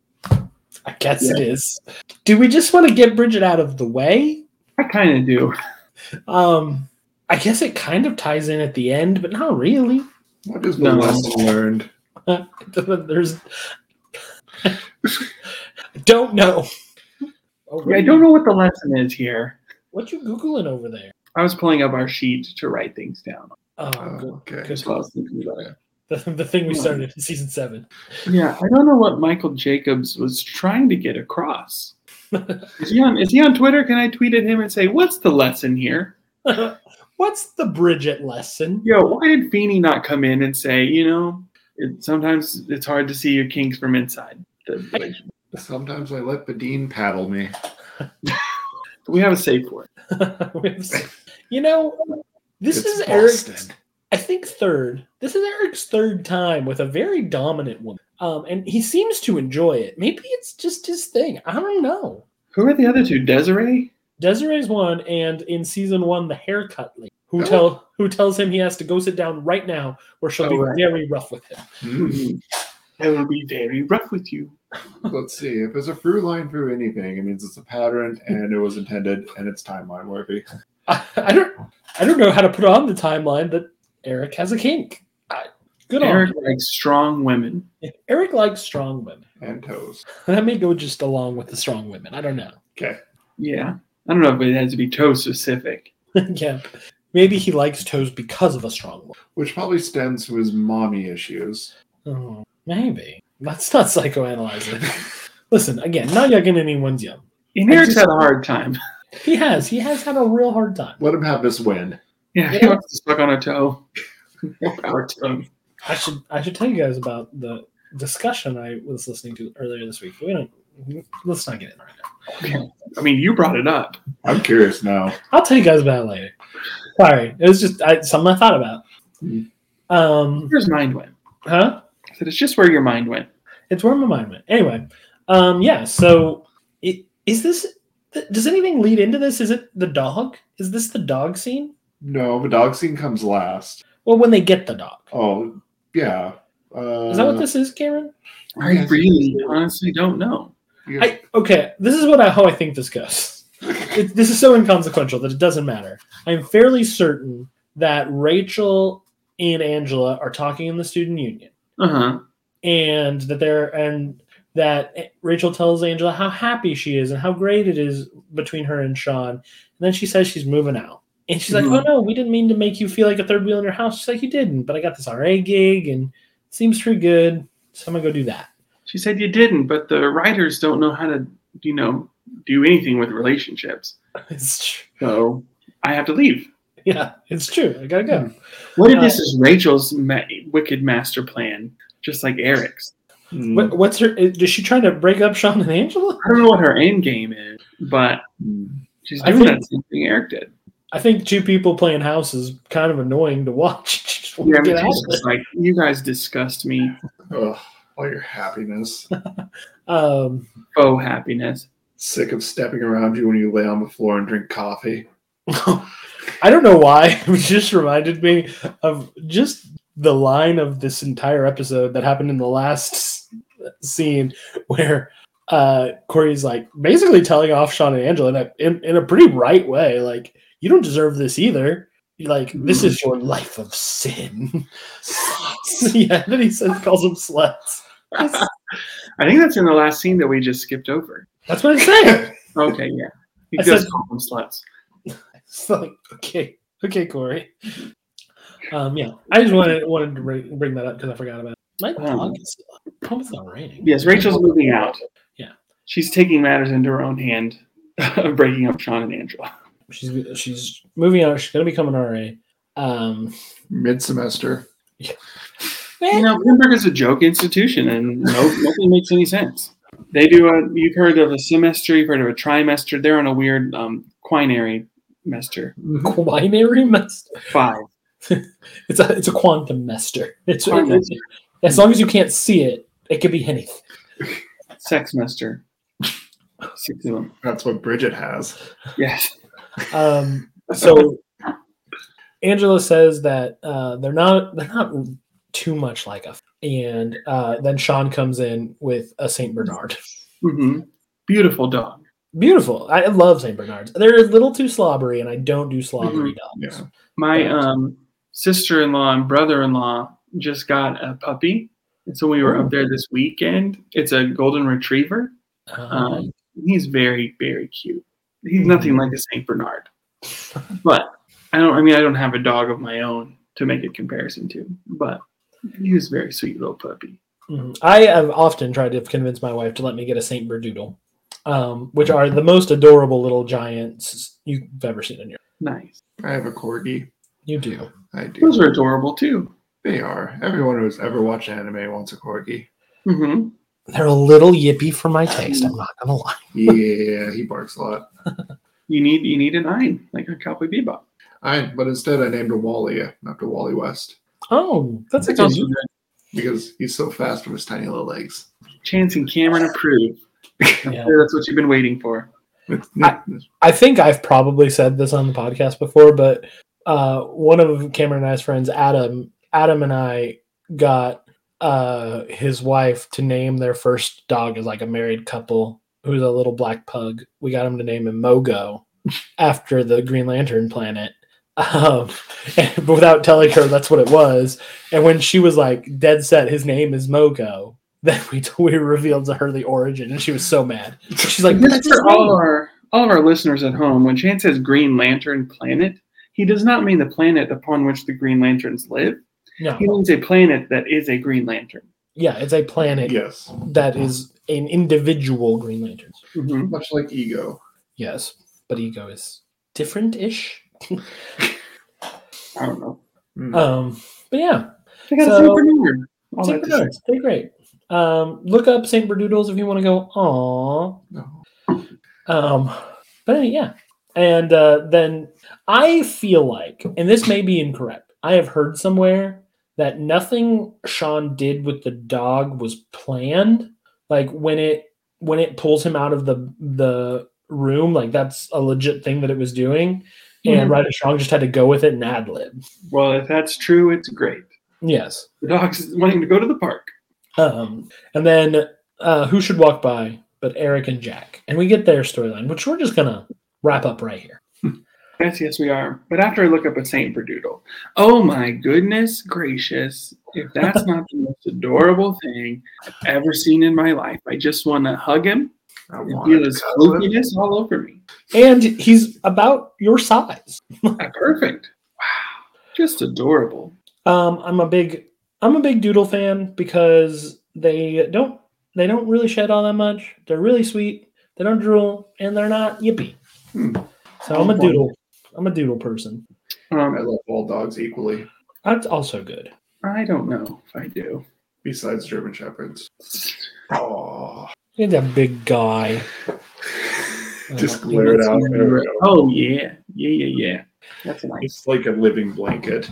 S1: I guess it is. Do we just want to get Bridget out of the way?
S2: I kind of do.
S1: Um, I guess it kind of ties in at the end, but not really.
S3: What is the
S2: No.
S3: lesson learned?
S1: There's. don't know. Oh,
S2: Yeah, I don't know what the lesson is here.
S1: What you googling over there?
S2: I was pulling up our sheet to write things down.
S1: Oh,
S3: Oh, okay.
S1: good.
S2: That's what I was thinking about it.
S1: good. The, the thing we
S2: Hmm.
S1: started in season seven.
S2: Yeah, I don't know what Michael Jacobs was trying to get across. is he on? Is he on Twitter? Can I tweet at him and say, "What's the lesson here?"
S1: What's the Bridget lesson?
S2: Yo, why did Feeney not come in and say, you know, it, sometimes it's hard to see your kinks from inside. the relationship."
S3: Sometimes I let Badine paddle me.
S2: we have a safe word.
S1: you know, this
S3: It's
S1: is Eric's.
S3: Boston.
S1: I think third. This is Eric's third time with a very dominant woman, um, and he seems to enjoy it. Maybe it's just his thing. I don't know.
S2: Who are the other two? Desiree.
S1: Desiree's one, and in season one, the haircut lady who
S3: Oh.
S1: tell who tells him he has to go sit down right now, or she'll
S2: Oh,
S1: be
S2: right.
S1: very rough with him.
S3: Hmm.
S1: Mm-hmm.
S2: I will be very rough with you.
S3: Let's see. If there's a through line through anything, it means it's a pattern and it was intended and it's timeline worthy.
S1: I, I don't I don't know how to put on the timeline, but Eric has a kink. I, good
S2: Eric
S1: on
S2: likes strong women.
S1: him. Eric likes strong women.
S3: And toes.
S1: That may go just along with the strong women. I don't know.
S3: Okay.
S2: Yeah, I don't know if it has to be toe specific.
S1: yeah. Maybe he likes toes because of a strong
S3: Which probably stems to his mommy issues.
S1: woman. Oh, maybe. Let's not psychoanalyze it. Listen, again, not yucking anyone's yum.
S2: And
S1: I
S2: Eric's
S1: just-
S2: had a hard time.
S1: He has. He has had a real hard time.
S3: Let him have this win.
S2: Yeah, he
S1: Yeah.
S2: wants to suck on a toe. Our toe.
S1: I should I should tell you guys about the discussion I was listening to earlier this week. We don't let's not get in right now.
S2: I mean, you brought it up.
S3: I'm curious now.
S1: I'll tell you guys about it later. Sorry. It was just I, something I thought about.
S3: Hmm.
S1: Um
S2: Where's mind went?
S1: huh?
S2: I said it's just where your mind went.
S1: it's where my mind went. Anyway, um, yeah. So, i- is this? th- Does anything lead into this? Is it the dog? Is this the dog scene?
S3: No, the dog scene comes last.
S1: Well, when they get the dog,
S3: Oh, yeah. Uh,
S1: is that what this is, Cameron?
S2: I really, honestly don't know.
S3: you-
S1: I okay. This is what I how I think this goes. It, this is so inconsequential that it doesn't matter. I'm fairly certain that Rachel and Angela are talking in the student union,
S2: Uh huh.
S1: and that they're and that Rachel tells Angela how happy she is and how great it is between her and Sean. And then she says she's moving out. And she's like,
S2: Mhm.
S1: "Oh no, we didn't mean to make you feel like a third wheel in your house." She's like, "You didn't, but I got this RA gig and it seems pretty good, so I'm gonna go do that."
S2: She said you didn't, but the writers don't know how to, you know, do anything with relationships.
S1: It's true.
S2: So I have to leave.
S1: Yeah, it's true. I gotta go.
S2: What if this is Rachel's ma- wicked master plan, just like Eric's?
S3: Hmm.
S1: What, what's her? Is is she trying to break up Sean and Angela?
S2: I don't know what her end game is, but
S3: Hmm.
S2: she's
S1: I
S2: doing
S1: think-
S2: that same thing Eric did.
S1: I think two people playing house is kind of annoying to watch. She just wants to
S2: Yeah, but
S1: get out
S2: she's
S1: of it.
S2: just like, you guys disgust me.
S3: Ugh, all your happiness.
S1: Um,
S2: Faux happiness.
S3: Sick of stepping around you when you lay on the floor and drink coffee.
S1: I don't know why. It just reminded me of just the line of this entire episode that happened in the last s- scene where uh, Corey's like basically telling off Sean and Angela in a, in, in a pretty right way. Like, you don't deserve this either. Like, this is your life of sin. yeah, and then he says, calls them sluts. That's,
S2: I think that's in the last scene that we just skipped over.
S1: that's what I'm saying.
S2: Okay, yeah. He
S1: I
S2: does
S1: said-
S2: call them sluts.
S1: It's like, okay, okay, Corey. Um, yeah, I just wanted wanted to bring, bring that up because I forgot about it. My
S2: Um,
S1: dog is. Hope it's not raining.
S2: Yes, Rachel's moving out.
S1: Yeah.
S2: She's taking matters into her own hand of breaking up Sean and Angela.
S1: she's she's moving out. She's gonna become an RA. Um,
S3: Mid semester.
S2: You know, Bloomberg is a joke institution and no, nothing makes any sense. They do a, you've heard of a semester, you've heard of a trimester. They're on a weird um, quinary mester.
S1: quinary mester.
S2: Five.
S1: It's a it's a quantum mester. It's
S2: Quinester.
S1: as long as you can't see it, it could be anything.
S2: Sex mester. Six of them.
S3: That's what Bridget has.
S2: Yes.
S1: Um, so Angela says that uh, they're not they're not too much like us. And uh, then Sean comes in with a Saint Bernard.
S2: hmm Beautiful dog.
S1: Beautiful. I love Saint Bernards. They're a little too Mm-hmm. slobbery, and I don't do slobbery dogs.
S3: Yeah.
S2: My
S1: Correct.
S2: um, sister in law and brother in law just got a puppy, and so we were up there this weekend. It's a golden retriever.
S1: Uh-huh.
S2: Um, he's very very cute.
S1: Mm-hmm.
S2: He's nothing like a Saint Bernard, but I don't. I mean, I don't have a dog of my own to make a comparison to, but he was a very sweet little puppy.
S1: Mhm. I have often tried to convince my wife to let me get a Saint Berdoodle, um, which are the most adorable little giants you've ever seen in your.
S2: Nice.
S3: I have a corgi.
S1: You do.
S3: I do.
S2: Those are adorable too.
S3: They are. Everyone who's ever watched anime wants a corgi.
S1: Mm-hmm.
S2: hmm
S1: They're a little yippy for my taste. I'm not gonna lie.
S3: Yeah, he barks a lot.
S2: You need you need an eye like a cowboy bebop.
S3: I but instead I named him Wally after Wally West
S1: Oh, that's a
S2: That's
S1: good.
S2: also good.
S3: because he's so fast with his tiny little legs.
S2: Chance and Cameron approve.
S1: Yeah.
S2: That's what you've been waiting for.
S1: I- I think I've probably said this on the podcast before, but uh, one of Cameron and I's friends, Adam, Adam and I got uh, his wife to name their first dog as like a married couple who's a little black pug. We got him to name him Mogo after the Green Lantern planet. Um, and- but without telling her that's what it was. And when she was like dead set, his name is Mogo. Then we we revealed to her the origin, and she was so mad. She's like,
S2: This
S1: "That's
S2: is
S1: his
S2: for all
S1: name."
S2: of our all of our listeners at home. When Chance says Green Lantern planet, he does not mean the planet upon which the Green Lanterns live.
S1: No.
S2: He means a planet that is a Green Lantern.
S1: Yeah, it's a planet
S3: yes,
S1: that is an individual Green Lantern.
S2: Mhm.
S3: much like Ego.
S1: Yes, but ego is different-ish.
S2: I don't know.
S3: Mm.
S1: Um, but yeah,
S2: They got
S1: So-
S2: a Saint Bernard. All
S1: Saint
S2: that to say.
S1: Bernards, they're great. Um, look up Saint Berdoodles if you want to go. Aw.
S3: No.
S1: Um, but anyway, yeah, and uh, then I feel like, and this may be incorrect. I have heard somewhere that nothing Sean did with the dog was planned. Like when it when it pulls him out of the the room, like that's a legit thing that it was doing. And
S2: Mhm.
S1: Ryder Strong just had to go with it and ad lib.
S2: Well, if that's true, it's great.
S1: Yes.
S2: The dog's wanting to go to the park.
S1: Um, and then uh, who should walk by but Eric and Jack? And we get their storyline, which we're just gonna wrap up right here.
S2: Yes, yes, we are. But after I look up a Saint Berdoodle, oh my goodness gracious! If that's not the most adorable thing I've ever seen in my life, I just want to hug him
S3: I
S2: and
S3: want
S2: feel
S3: to
S2: his
S3: cuddle him.
S2: fluffiness all over me.
S1: And he's about your size.
S2: Ah, Perfect. Wow, just adorable.
S1: Um, I'm a big I'm a big Doodle fan because they don't they don't really shed all that much. They're really sweet. They don't drool and they're not yippy.
S3: Hmm.
S1: So I'm a Doodle. I'm a Doodle person.
S3: I
S2: Um,
S3: love all dogs equally,
S1: That's also good.
S2: I don't know if I do.
S3: besides German shepherds. Oh,
S1: He's a big guy.
S3: just glare it out. There we go.
S2: Oh yeah, yeah, yeah, yeah. That's nice.
S3: It's like a living blanket.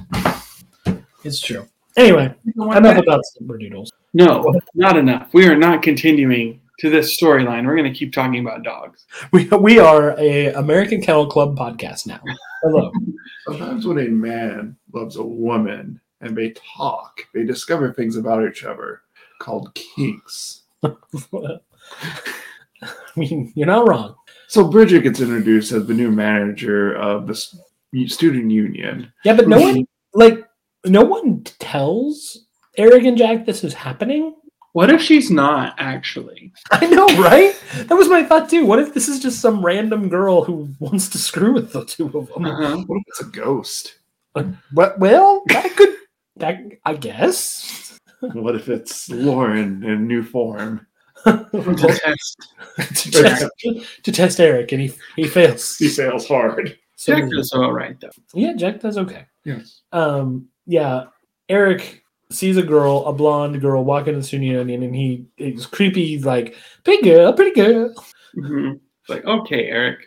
S1: It's true. Anyway, enough about Doodles.
S2: No, not enough. We are not continuing to this storyline. We're going to keep talking about dogs.
S1: We, we are a American Kennel Club podcast now. Hello.
S3: Sometimes when a man loves a woman and they talk, they discover things about each other called kinks.
S1: I mean, you're not wrong.
S3: So Bridget gets introduced as the new manager of the s- student union.
S1: Yeah, but no one like no one tells Eric and Jack this is happening.
S2: What if she's not actually?
S1: I know, right? That was my thought too. What if this is just some random girl who wants to screw with the two of them?
S2: Uh-huh.
S3: What if it's a ghost?
S1: But well, that could that I guess.
S3: What if it's Lauren in new form?
S1: to, test, to test Eric, and he he fails.
S3: He fails hard.
S1: So-
S2: Jack does all right though.
S1: yeah, Jack does okay.
S3: Yes.
S1: um yeah eric sees a girl a blonde girl walking in the student union and he it's creepy like pretty girl pretty girl
S2: Mhm. It's like, okay, Eric,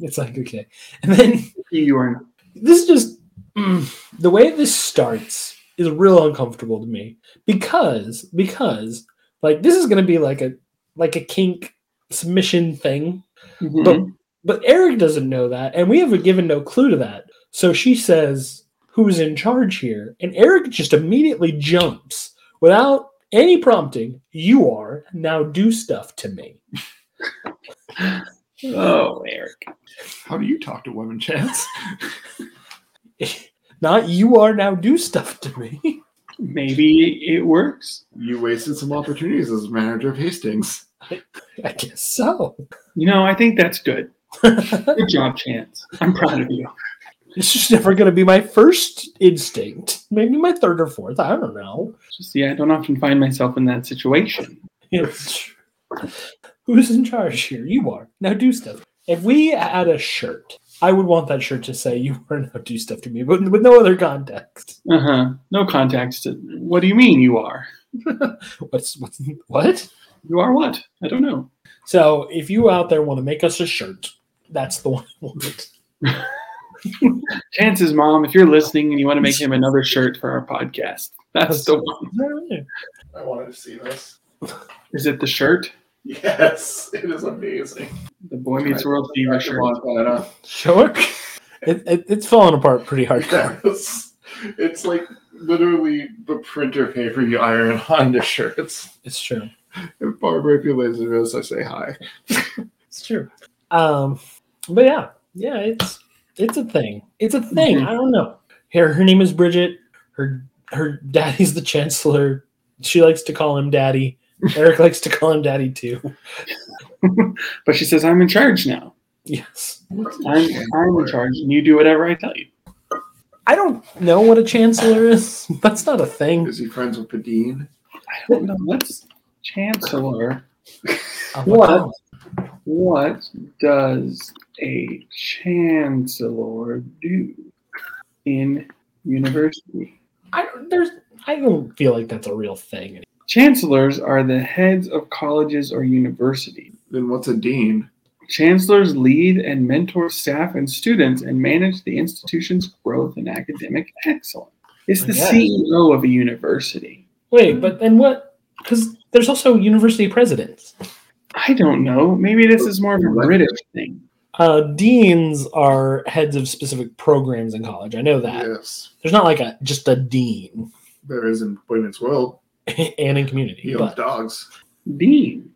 S1: it's like okay and then
S2: you are not.
S1: this is just mm, the way this starts is real uncomfortable to me because because like this is gonna be like a like a kink submission thing
S2: Mhm.
S1: But- But Eric doesn't know that, and we have given no clue to that. So she says, Who's in charge here? And Eric just immediately jumps without any prompting. You are. Now do stuff to me.
S2: oh, Eric.
S3: How do you talk to women, Chance?
S1: Not you are. Now do stuff to me.
S2: maybe it works.
S3: You wasted some opportunities as manager of Hastings.
S1: I guess so.
S2: You know, I think that's good. Good job, Chance. I'm proud of you.
S1: It's just never going to be my first instinct. Maybe my third or fourth. I don't know.
S2: Just yeah, I don't often find myself in that situation.
S1: It's- Who's in charge here? You are. Now do stuff. If we had a shirt, I would want that shirt to say you are now do stuff to me, but with no other context.
S2: Uh huh. No context. What do you mean you are?
S1: What's, what's what?
S2: You are what? I don't know.
S1: So if you out there want to make us a shirt, that's the one I want.
S2: Chance's mom, if you're listening and you want to make him another shirt for our podcast, that's the one.
S3: I wanted to see this.
S2: Is it the shirt?
S3: Yes, it is amazing.
S2: The Boy Meets World Fever shirt.
S3: Montana.
S1: Sure. It, it, it's falling apart pretty hardcore.
S3: Yes. It's like literally the printer paper you iron on the shirts.
S1: It's true.
S3: If Barbara, if you listen to this, I say hi.
S1: It's true. Um, but yeah, yeah, it's it's a thing. It's a thing. I don't know. Her her name is Bridget. Her her daddy's the chancellor. She likes to call him daddy. Eric likes to call him daddy too.
S2: But she says, I'm in charge now.
S1: Yes.
S2: I'm, I'm in charge and you do whatever I tell you.
S1: I don't know what a chancellor is. That's not a thing.
S3: Is he friends with Padine?
S2: I don't know. What's Chancellor?
S1: I'm like,
S2: What?
S1: oh,
S2: What does a chancellor do in university?
S1: I don't, there's I don't feel like that's a real thing.
S2: Chancellors are the heads of colleges or universities.
S3: Then what's a dean?
S2: Chancellors lead and mentor staff and students and manage the institution's growth and academic excellence. It's the
S1: I guess.
S2: CEO of a university.
S1: Wait, but then what? Because there's also university presidents.
S2: I don't know. Maybe this is more of a British thing.
S1: Uh, deans are heads of specific programs in college. I know that.
S3: Yes,
S1: There's not like a just a dean
S3: there is in Women's World.
S1: and in community.
S3: He owns
S1: But
S3: dogs
S2: Dean.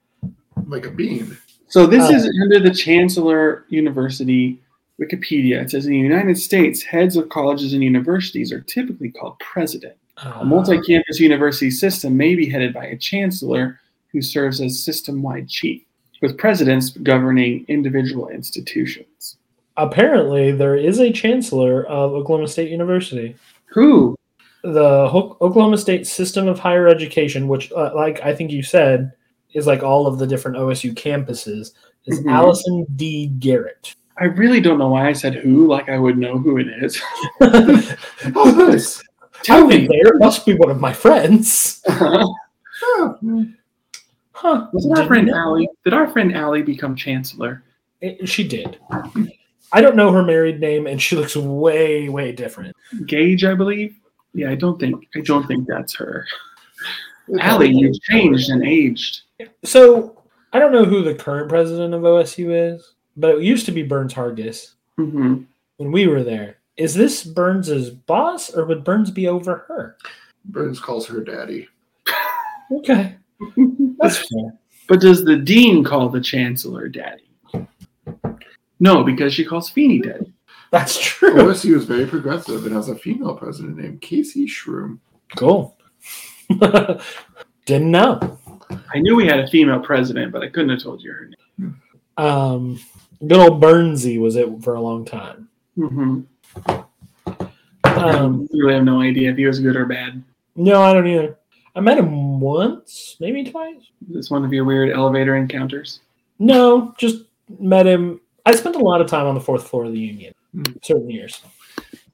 S3: like a bean.
S2: So this
S1: Uh,
S2: is under the Chancellor University Wikipedia. It says in the United States, heads of colleges and universities are typically called president.
S1: um,
S2: A multi-campus university system may be headed by a chancellor who serves as system-wide chief, with presidents governing individual institutions.
S1: apparently, there is a chancellor of Oklahoma State University.
S2: Who?
S1: The Ho- Oklahoma State System of Higher Education, which, uh, like I think you said, is like all of the different OSU campuses, is
S2: Mhm.
S1: Allison D. Garrett.
S2: I really don't know why I said who, like I would know who it is.
S3: Oh, nice.
S1: Tell
S2: Tell
S1: me,
S2: me.
S1: there must be one of my friends.
S3: Oh,
S1: Huh?
S2: Did
S1: Did
S2: our
S1: you
S2: friend
S1: know?
S2: Allie? Did our friend Allie become chancellor?
S1: It- she did. I don't know her married name, and she looks way, way different.
S2: Gage, I believe. Yeah, I don't think I don't think that's her. Allie, you've changed and aged.
S1: So I don't know who the current president of OSU is, but it used to be Burns Hargis
S2: hmm
S1: when we were there. Is this Burns's boss, or would Burns be over her?
S3: Burns calls her daddy.
S1: Okay, that's fair.
S2: But does the dean call the chancellor daddy? No, because she calls Feeney daddy.
S1: That's true.
S3: OSU is very progressive and has a female president named Casey Shroom.
S1: Cool. Didn't know.
S2: I knew we had a female president, but I couldn't have told you her
S1: Um, good old Burnsy was it for a long time.
S2: name. hmm
S1: Um,
S2: Um, really have no idea if he was good or bad.
S1: no, I don't either. I met him once, maybe twice.
S2: Is this one of your weird elevator encounters?
S1: No, just met him. I spent a lot of time on the fourth floor of the Union,
S3: Hmm.
S1: certain years.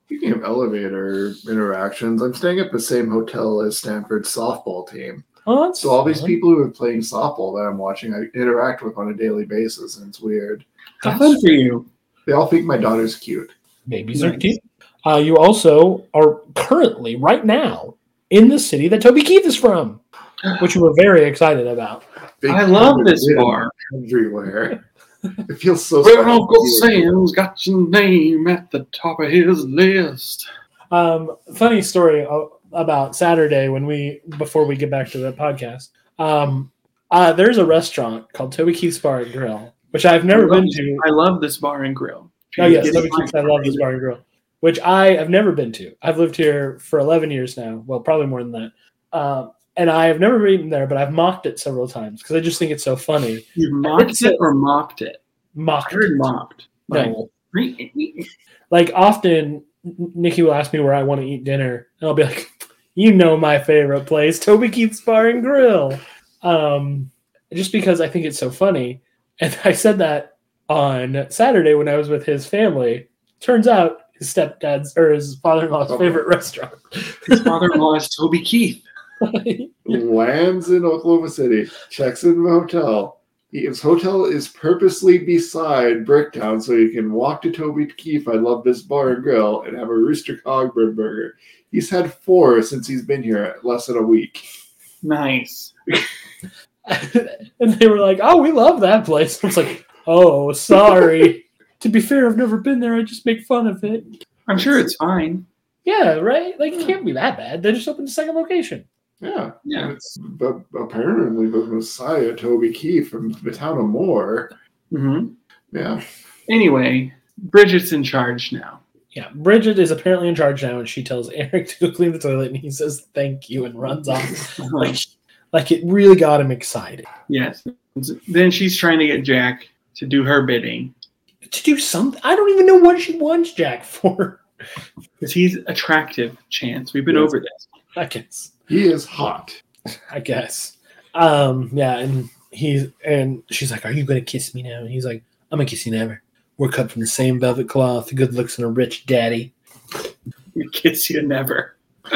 S3: Speaking of elevator interactions, I'm staying at the same hotel as Stanford's softball team.
S1: Oh, that's
S3: So all these
S1: fun.
S3: people who are playing softball that I'm watching, I interact with on a daily basis, and it's weird.
S2: How fun for you.
S3: They all think my daughter's cute.
S1: Babies are
S2: Nice.
S1: cute. Uh, you also are currently, right now, in the city that Toby Keith is from, which you were very excited about.
S3: Big
S2: I love
S3: colored
S2: this
S3: kids
S2: bar.
S3: everywhere. It feels so.
S2: Where
S3: special.
S2: Uncle Sam's got your name at the top of his list.
S1: Um, funny story uh, about Saturday when we before we get back to the podcast. Um, uh, there's a restaurant called Toby Keith's Bar and Grill, which I've never
S2: I love
S1: been
S2: this-
S1: to.
S2: I love this bar and grill.
S1: Oh yes,
S2: It's
S1: Toby
S2: my
S1: Keith's. I love this bar and grill. which I have never been to. I've lived here for 11 years now. Well, probably more than that. Um, and I have never eaten there, but I've mocked it several times because I just think it's so funny.
S2: You mocked it or mopped it? I
S1: Mocked.
S2: heard mopped. Like,
S1: No. Like often, N- Nikki will ask me where I want to eat dinner, and I'll be like, "You know my favorite place, Toby Keith's Bar and Grill," um, just because I think it's so funny. And I said that on Saturday when I was with his family. Turns out his stepdad's or his father-in-law's
S3: Oh.
S1: favorite restaurant.
S2: His father-in-law is Toby Keith.
S3: Lands in Oklahoma City, checks in the hotel. His hotel is purposely beside Bricktown, so you can walk to Toby Keefe. I love this bar and grill and have a Rooster Cogburn burger. He's had four since he's been here, less than a week.
S2: Nice.
S1: and they were like, "Oh, we love that place." I was like, "Oh, sorry." to be fair, I've never been there. I just make fun of it.
S2: I'm sure it's fine.
S1: Yeah, right. Like it can't be that bad. They just opened a second location.
S3: Yeah,
S2: Yeah.
S3: it's but apparently the Messiah Toby Keefe from the town of Moore.
S1: Mm-hmm.
S2: hmm
S3: Yeah,
S2: Anyway, Bridget's in charge now.
S1: Yeah, Bridget is apparently in charge now, and she tells Eric to go clean the toilet, and he says thank you and runs off. like, like it really got him excited
S2: yes. Then she's trying to get Jack to do her bidding
S1: to do something. I don't even know what she wants Jack for.
S2: because he's attractive. Chance, we've been
S3: Yes.
S2: over this.
S1: I guess.
S3: he is hot.
S1: I guess. Um, yeah, and he's and she's like, "Are you gonna kiss me now?" And he's like, "I'm gonna kiss you never. We're cut from the same velvet cloth. Good looks and a rich daddy."
S2: We kiss you never.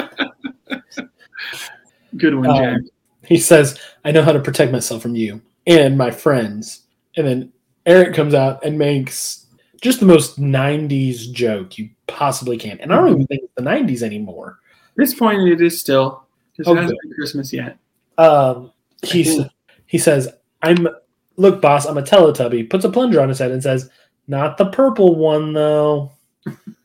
S2: Good one,
S1: Um,
S2: Jack.
S1: He says, "I know how to protect myself from you and my friends." And then Eric comes out and makes just the most '90s joke you possibly can, and I don't even think it's the '90s anymore.
S2: At this point, it is still because
S1: Oh,
S2: it hasn't been Christmas yet.
S1: Um, he
S2: I do.
S1: s- he says, "I'm look, boss. I'm a Teletubby." Puts a plunger on his head and says, "Not the purple one, though."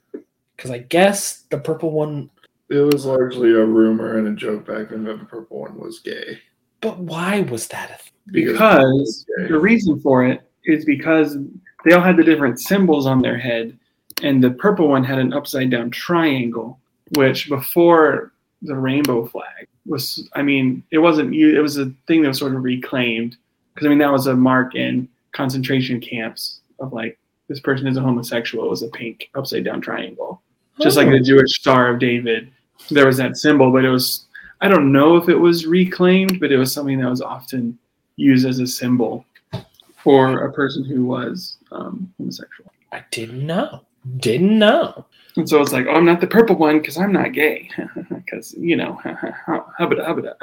S1: Because I guess the purple one.
S3: It was largely a rumor and a joke back then that the purple one was gay.
S1: But why was that? A th-
S2: Because the reason for it is because they all had the different symbols on their head, and the purple one had an upside down triangle, which before the rainbow flag was, I mean, it wasn't you. It was a thing that was sort of reclaimed because I mean that was a mark in concentration camps of like this person is a homosexual. It was a pink upside down triangle. just like the Jewish Star of David. There was that symbol, but it was I don't know if it was reclaimed, but it was something that was often used as a symbol for a person who was um, homosexual.
S1: I didn't know. Didn't know.
S2: And so it's like, oh, I'm not the purple one because I'm not gay, because you know, hubba hubba.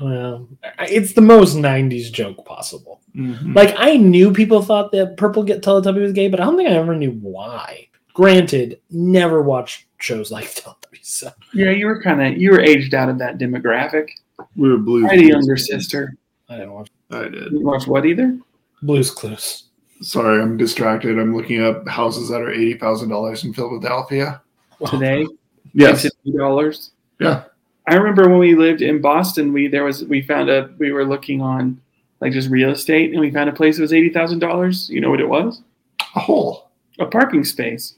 S1: Well, I- it's the most '90s joke possible.
S2: Mm-hmm.
S1: Like I knew people thought that purple get Teletubby was gay, but I don't think I ever knew why. Granted, never watched shows like Teletubby, so
S2: Yeah, you were kind of you were aged out of that demographic.
S3: we were blue.
S2: I had a younger sister.
S1: I didn't watch
S3: I did.
S2: You watched what either?
S1: Blue's Clues.
S3: Sorry, I'm distracted. I'm looking up houses that are eighty thousand dollars in Philadelphia.
S2: Today,
S3: Yes,
S2: dollars.
S3: Yeah.
S2: I remember when we lived in Boston, we there was we found a we were looking on like just real estate and we found a place that was eighty thousand dollars. You know what it was?
S3: a hole.
S2: A parking space.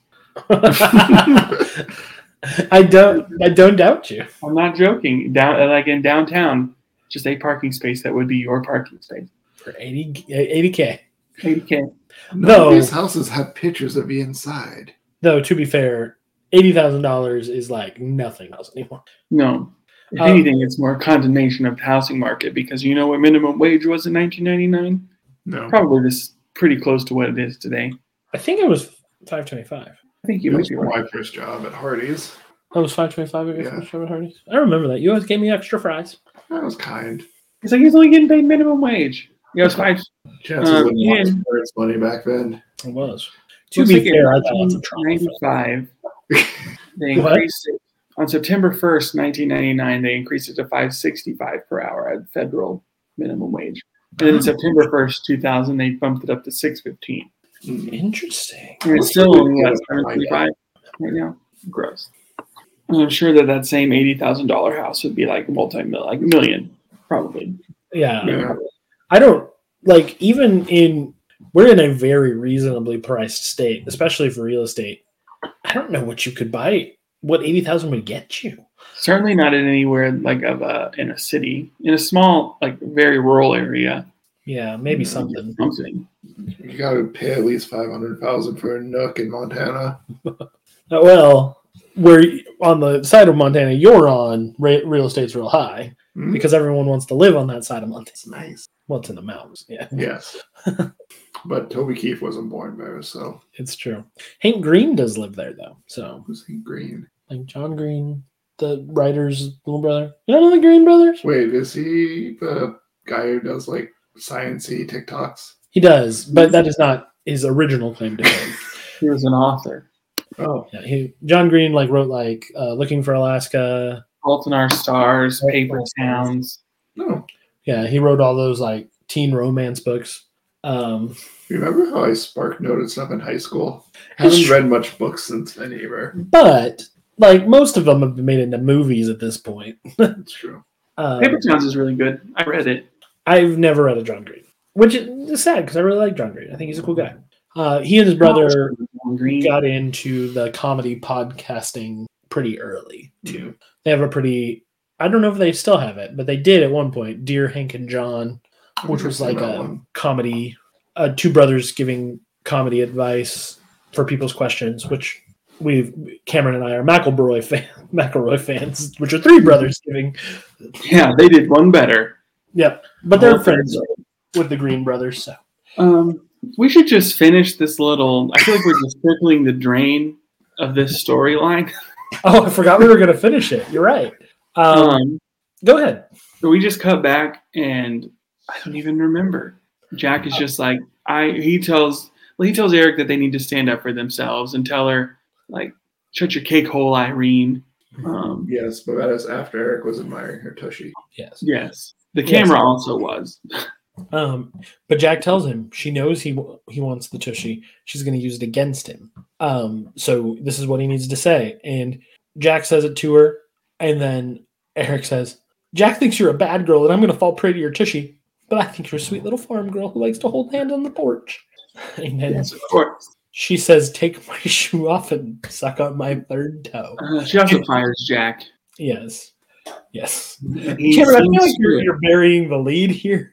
S1: I don't. I don't doubt you.
S2: I'm not joking. Down like in downtown, just a parking space that would be your parking space.
S1: For 80 80k.
S2: Eighty K.
S3: None
S1: No.
S3: of these houses have pictures of the inside.
S1: Though to be fair, eighty thousand dollars is like nothing else anymore.
S2: No. If
S3: Uh,
S1: Um,
S2: anything, it's more condemnation of the housing market because you know what minimum wage was in 1999.
S3: No,
S2: Probably this pretty close to what it is today.
S1: I think it was five twenty five.
S2: I think you
S3: it
S2: might
S3: was
S2: be right.
S3: my first job at Hardee's.
S1: That Oh, was five twenty five at your
S3: Yeah.
S1: first show at Hardee's. I remember that. You always gave me extra fries.
S3: That was kind.
S2: It's like he's only getting paid minimum wage. Yeah, it's five
S3: Chances
S2: Uh,
S3: of
S2: yeah.
S3: yeah. parents money back then.
S1: It was. To be fair, I thought it was a trauma.
S2: ninety five. They
S1: What?
S2: increased it on September first, nineteen ninety nine. They increased it to five sixty five per hour at federal minimum wage, and then September first, two thousand, they bumped it up to six fifteen.
S3: Mm.
S1: Interesting.
S2: And it's still only at seven thirty five right now. Gross. And I'm sure that that same eighty thousand dollar house would be like multi mil, like million, probably.
S1: Uh, Yeah.
S3: Yeah.
S1: I don't like even in we're in a very reasonably priced state, especially for real estate. I don't know what you could buy. What eighty thousand would get you?
S2: Certainly not in anywhere like of a in a city, in a small like very rural area.
S1: Yeah, maybe something.
S2: Something.
S3: You gotta pay at least five hundred thousand for a nook in Montana.
S1: Uh, well, where on the side of Montana you're on, re- real estate's real high
S3: Hmm?
S1: because everyone wants to live on that side of Montana.
S3: It's nice.
S1: Well, it's in the mountains. Yeah,
S3: Yes. but Toby Keith wasn't born there, so
S1: it's true. Hank Green does live there though, so
S3: was he green?
S1: like John Green, the writer's little brother. You know the Green brothers?
S3: Wait, is he the guy who does like sciencey TikToks?
S1: He does, but that is not his original claim to fame.
S2: He was an author.
S3: Oh,
S1: Yeah, he, John Green like wrote like uh, Looking for Alaska.
S2: Fault in Our Stars, Paper Towns.
S3: no.
S1: Yeah, he wrote all those like teen romance books. Um,
S3: Remember how I spark noted stuff in high school? Haven't read much books since then either.
S1: but like most of them have been made into movies at this point.
S3: It's true.
S1: Um,
S2: Paper Towns is really good. I read it.
S1: I've never read a John Green, which is sad because I really like John Green. I think he's a cool guy. Uh, he and his brother
S2: John Green.
S1: got into the comedy podcasting pretty early too. They have a pretty I don't know if they still have it, but they did at one point, Dear Hank and John, which was like
S3: Mm. That
S1: a
S3: one.
S1: comedy uh, two brothers giving comedy advice for people's questions, which we've Cameron and I are McElroy fan, McElroy fans, which are three brothers giving.
S2: Yeah, they did one better.
S1: Yep, but they're
S2: Authors.
S1: friends with the Green brothers, so
S2: Um, we should just finish this little. I feel like we're just circling the drain of this storyline.
S1: Oh, I forgot we were going to finish it. You're right. Um,
S2: Um,
S1: go ahead.
S2: so we just cut back, and I don't even remember. Jack is just like I. He tells well, he tells Eric that they need to stand up for themselves and tell her like, shut your cake hole, Irene. Um,
S3: Yes, but that is after Eric was admiring her tushy.
S1: Yes.
S2: yes, the
S1: Yes.
S2: camera also was.
S1: Um, but Jack tells him she knows he wa- he wants the tushy. She's going to use it against him. Um, so this is what he needs to say. And Jack says it to her, and then Eric says, "Jack thinks you're a bad girl, and I'm going to fall prey to your tushy. But I think you're a sweet little farm girl who likes to hold hands on the porch." And then
S2: Yes, of course.
S1: she says, "Take my shoe off and suck on my third toe."
S2: Uh, she also fires Jack.
S1: Yes, yes.
S2: And he
S1: Cameron, I feel
S2: seems
S1: like you're,
S2: to-
S1: you're burying the lead here.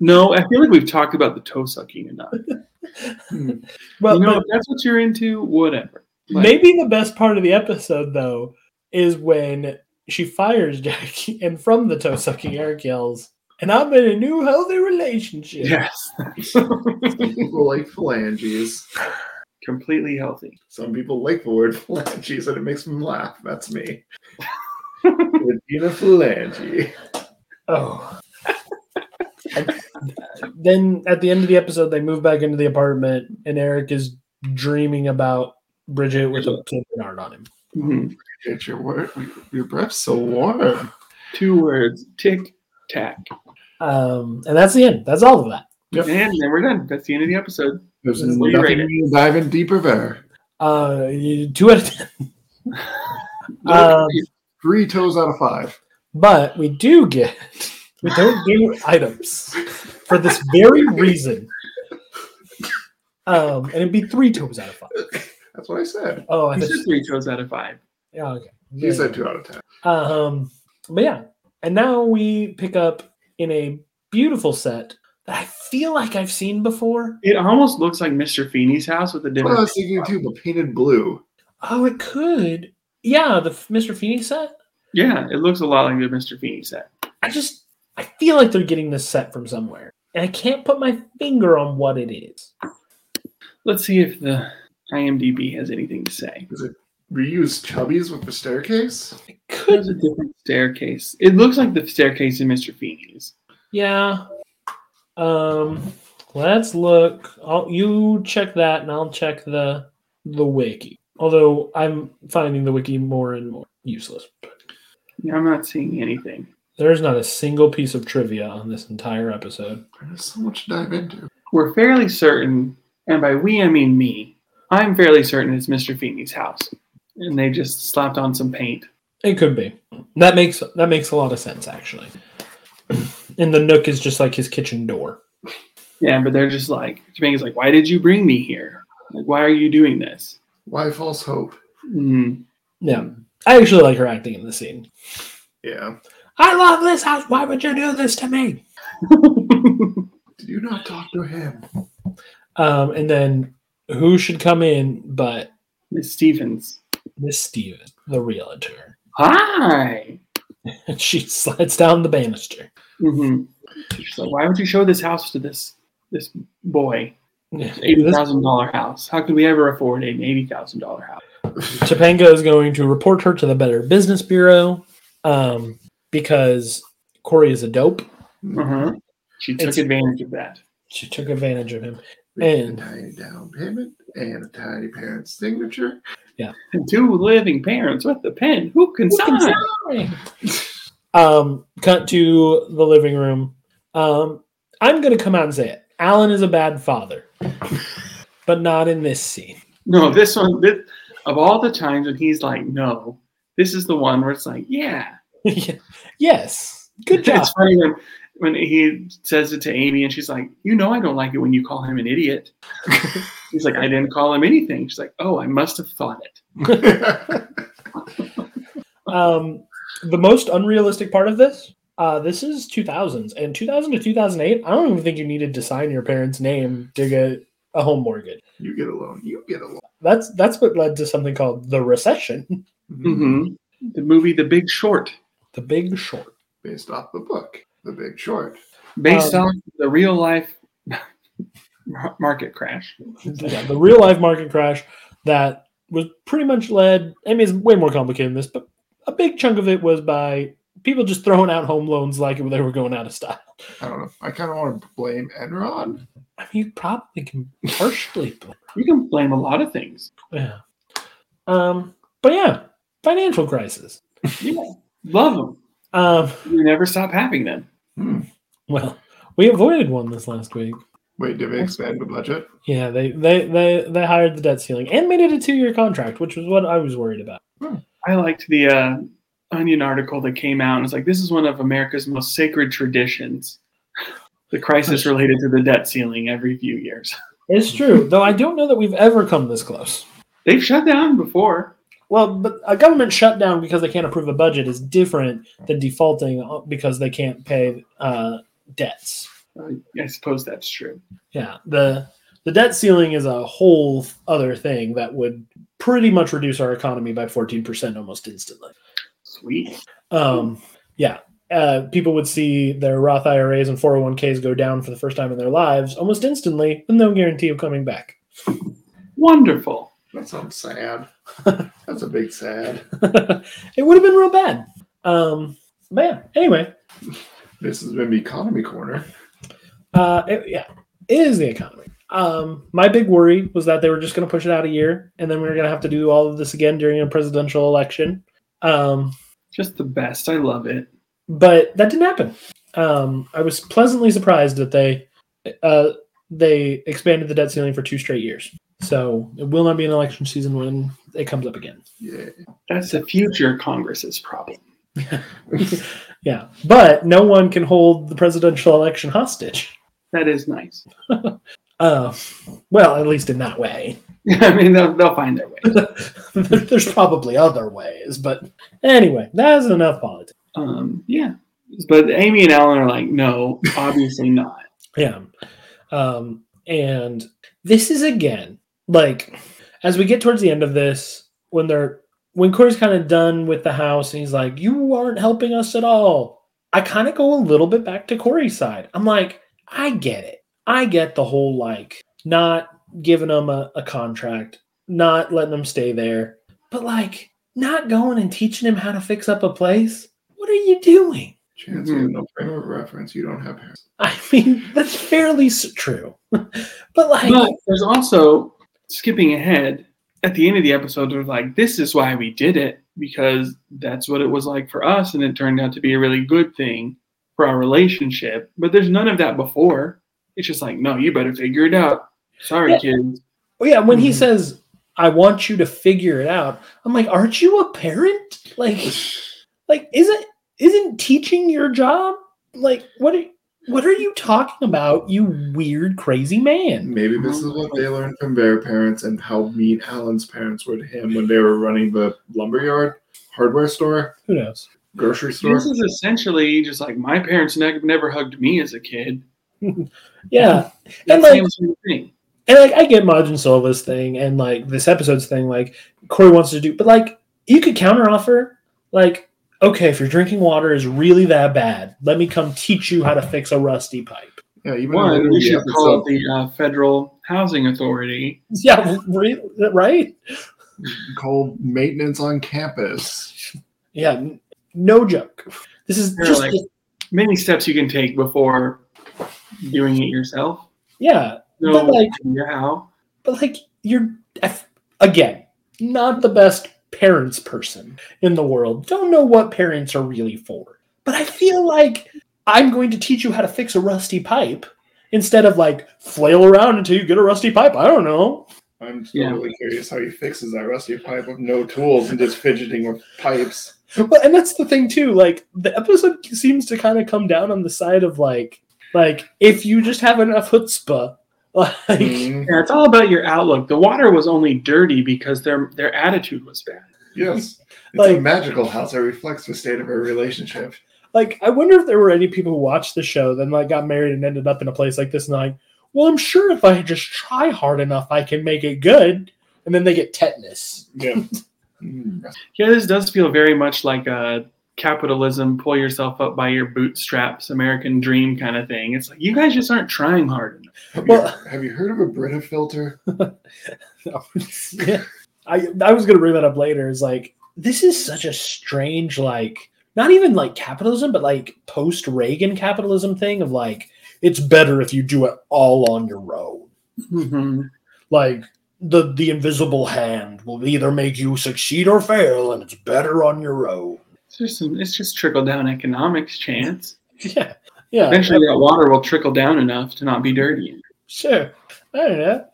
S2: No, I feel like we've talked about the toe sucking enough.
S3: Hmm.
S1: Well,
S2: you know,
S1: but
S2: if that's what you're into, whatever. Like,
S1: maybe the best part of the episode though is when she fires Jackie, and from the toe sucking, Eric yells, "And I'm in a new healthy relationship."
S2: Yes.
S3: People like phalanges.
S2: Completely healthy.
S3: Some people like the word phalanges and it makes them laugh. That's me. Regina Phalange.
S1: Oh. And then at the end of the episode, they move back into the apartment, and Eric is dreaming about Bridget with a pinard on him.
S2: Mhm.
S3: Get your word. Your breath's so warm.
S2: Two words tick tack.
S1: Um, and that's the end. That's all of that.
S3: Yep.
S2: And then we're done. That's the end of the episode.
S3: There's
S2: That's what you rate it.
S3: nothing diving deeper there.
S1: Uh, two out of ten. Um,
S3: Three toes out of five.
S1: But we do get we don't do items for this very reason. Um, and it'd be three toes out of five.
S3: That's what I said.
S1: Oh, I
S2: he
S1: thought
S2: said three toes out of five.
S1: yeah, okay.
S3: He said two out of ten.
S1: Um, but yeah, and now we pick up in a beautiful set that I feel like I've seen before.
S2: It almost looks like Mr. Feeney's house with a
S3: What I
S2: different.
S3: was thinking too, but painted blue.
S1: Oh, it could. Yeah, the Mr. Feeney set.
S2: Yeah, it looks a lot like the Mr. Feeney set.
S1: I just I feel like they're getting this set from somewhere, and I can't put my finger on what it is.
S2: Let's see if the IMDb has anything to say.
S3: Reuse chubbies with the staircase.
S1: It could
S2: There's a different staircase. It looks like the staircase in Mr. Feeney's.
S1: Yeah. Um let's look. I'll you check that and I'll check the the wiki. Although I'm finding the wiki more and more useless.
S2: Yeah, I'm not seeing anything.
S1: There's not a single piece of trivia on this entire episode.
S3: There's so much to dive into.
S2: we're fairly certain, and by we I mean me, I'm fairly certain it's Mr. Feeney's house. And they just slapped on some paint.
S1: It could be. That makes that makes a lot of sense actually. And the nook is just like his kitchen door.
S2: Yeah, but they're just like, Japan's like, why did you bring me here? Like, why are you doing this?
S3: Why false hope?
S2: Mm.
S1: Yeah. I actually like her acting in the scene.
S3: Yeah.
S1: I love this house. Why would you do this to me?
S3: Did you not talk to him?
S1: Um, and then who should come in but
S2: Miss Stevens.
S1: Miss Steven, the realtor?
S2: Hi.
S1: And she slides down the banister.
S2: hmm She's like, why would you show this house to this this boy?
S1: Yeah.
S2: Eighty
S1: This-
S2: thousand dollar house. How could we ever afford an eighty thousand dollar house?
S1: Topanga is going to report her to the Better Business Bureau um, because Corey is a dope.
S2: Uh-huh. She took
S1: It's-
S2: advantage of that.
S1: She took advantage of him.
S3: We need
S1: And-
S3: a tiny down payment and a tiny parent's signature.
S2: And two living parents with the pen. Who can sign?
S1: Um, cut to the living room. Um, I'm going to come out and say it. Alan is a bad father, but not in this scene.
S2: No, this one. This, of all the times when he's like, no, this is the one where it's like, yeah.
S1: yes. Good job.
S2: It's funny when, when he says it to Amy and she's like, You know, I don't like it when you call him an idiot. He's like, I didn't call him anything. She's like, Oh, I must have thought it.
S1: Um, the most unrealistic part of this, uh, this is 2000s and 2000 to 2008. I don't even think you needed to sign your parents' name to get a home mortgage.
S3: you get a loan. You get a loan.
S1: That's that's what led to something called the recession,
S2: hmm The movie The Big Short,
S1: the Big Short.
S3: Based off the book, The Big Short.
S2: based
S1: Um,
S2: on the real life mar- market crash.
S1: yeah, the real life market crash that was pretty much led. I mean, it's way more complicated than this, but a big chunk of it was by people just throwing out home loans like they were going out of style.
S3: I don't know. I kind of want to blame Enron.
S1: I mean, you probably can partially. blame
S2: You can blame a lot of things.
S1: Yeah. Um, but yeah, financial crisis.
S2: Yeah. Love them.
S1: Um,
S2: You never stop having them.
S3: Hmm.
S1: well, we avoided one this last week.
S3: Wait, did we expand the budget?
S1: Yeah, they they they they hired the debt ceiling and made it a two year contract, which was what I was worried about.
S2: I liked the uh, Onion article that came out. And it's like, this is one of America's most sacred traditions. The crisis related to the debt ceiling every few years.
S1: It's true, though. I don't know that we've ever come this close.
S2: They've shut down before.
S1: Well, but a government shutdown because they can't approve a budget is different than defaulting because they can't pay uh, debts.
S2: Uh, I suppose that's true.
S1: Yeah, the the debt ceiling is a whole other thing that would pretty much reduce our economy by fourteen percent almost instantly.
S2: Sweet.
S1: Um, yeah. Uh, people would see their Roth IRAs and 401ks go down for the first time in their lives almost instantly with no guarantee of coming back.
S2: Wonderful.
S3: That sounds sad. That's a big sad.
S1: it would have been real bad. Um, but yeah, anyway,
S3: This has been the economy corner.
S1: uh, it, yeah, it is the economy. Um, my big worry was that they were just going to push it out a year and then we were going to have to do all of this again during a presidential election. Um,
S2: Just the best. I love it.
S1: but that didn't happen. Um, I was pleasantly surprised that they uh, they expanded the debt ceiling for two straight years. So it will not be an election season when it comes up again.
S3: Yeah.
S2: That's the future Congress's problem.
S1: Yeah, but no one can hold the presidential election hostage.
S2: That is nice.
S1: Uh, well, at least in that way.
S2: I mean, they'll, they'll find their way.
S1: There's probably other ways, but anyway, that is enough politics.
S2: Um, yeah. But Amy and Alan are like, no, obviously not.
S1: Yeah. Um, and this is again like as we get towards the end of this, when they're when Corey's kind of done with the house and he's like, You aren't helping us at all. I kind of go a little bit back to Corey's side. I'm like, I get it. I get the whole like not giving them a, a contract, not letting them stay there, but like not going and teaching him how to fix up a place. What are you doing?
S3: Chance
S2: Mm-hmm.
S3: you have no frame of reference. You don't have parents.
S1: I mean, that's fairly s- true. but like,
S2: But there's also skipping ahead at the end of the episode. They're like, "This is why we did it because that's what it was like for us, and it turned out to be a really good thing for our relationship." But there's none of that before. It's just like, "No, you better figure it out." Sorry,
S1: Yeah.
S2: kids.
S1: Well, oh, yeah, when he
S2: Mhm.
S1: says, "I want you to figure it out," I'm like, "Aren't you a parent? Like, like isn't isn't teaching your job? Like, what? Are, What are you talking about, you weird, crazy man?
S3: Maybe this
S2: Mm-hmm.
S3: is what they learned from their parents and how mean Alan's parents were to him when they were running the lumberyard, hardware store,
S1: Who knows?
S3: grocery store.
S2: This is essentially just like my parents ne- never hugged me as a kid.
S1: Yeah,
S2: That's
S1: like-
S2: the same thing.
S1: and like I get Majin Solva's thing and like this episode's thing. Like Corey wants to do, but like you could counteroffer. Like, okay, if your drinking water is really that bad, let me come teach you how to fix a rusty pipe.
S3: Yeah, even in
S2: One,
S3: the
S2: we should
S3: episode-
S2: call the uh, Federal Housing Authority.
S1: Yeah, re- right.
S3: called maintenance on campus.
S1: Yeah, n- no joke. This is
S2: They're
S1: just
S2: like- Many steps you can take before doing it yourself.
S1: yeah.
S2: No
S1: But, like-
S2: idea how.
S1: but like you're if- again not the best parents person in the world don't know what parents are really for but i feel like i'm going to teach you how to fix a rusty pipe instead of like flail around until you get a rusty pipe i don't know
S3: I'm still
S2: Yeah.
S3: really curious how he fixes that rusty pipe with no tools and just fidgeting with pipes.
S1: well, and that's the thing too like the episode seems to kind of come down on the side of like like if you just have enough chutzpah like
S3: Mm,
S2: Yeah, it's all about your outlook. The water was only dirty because their their attitude was bad.
S3: yes. It's a
S1: Like-
S3: magical house that reflects the state of our relationship.
S1: like i wonder if there were any people who watched the show then like got married and ended up in a place like this and like well i'm sure if i just try hard enough i can make it good and then they get tetanus
S3: Yeah. Mm.
S2: Yeah, this does feel very much like a capitalism, pull yourself up by your bootstraps, American dream kind of thing. It's like you guys just aren't trying hard enough.
S3: Have,
S1: Well-
S3: you, have you heard of a Brita filter?
S1: Yeah. i i was gonna bring that up later is like this is such a strange like not even like capitalism but like post reagan capitalism thing of like it's better if you do it all on your own
S2: Mhm.
S1: like the the invisible hand will either make you succeed or fail and it's better on your own
S2: It's just some, it's just trickle down economics chance.
S1: yeah yeah
S2: Eventually, that water will trickle down enough to not be dirty.
S1: sure i don't know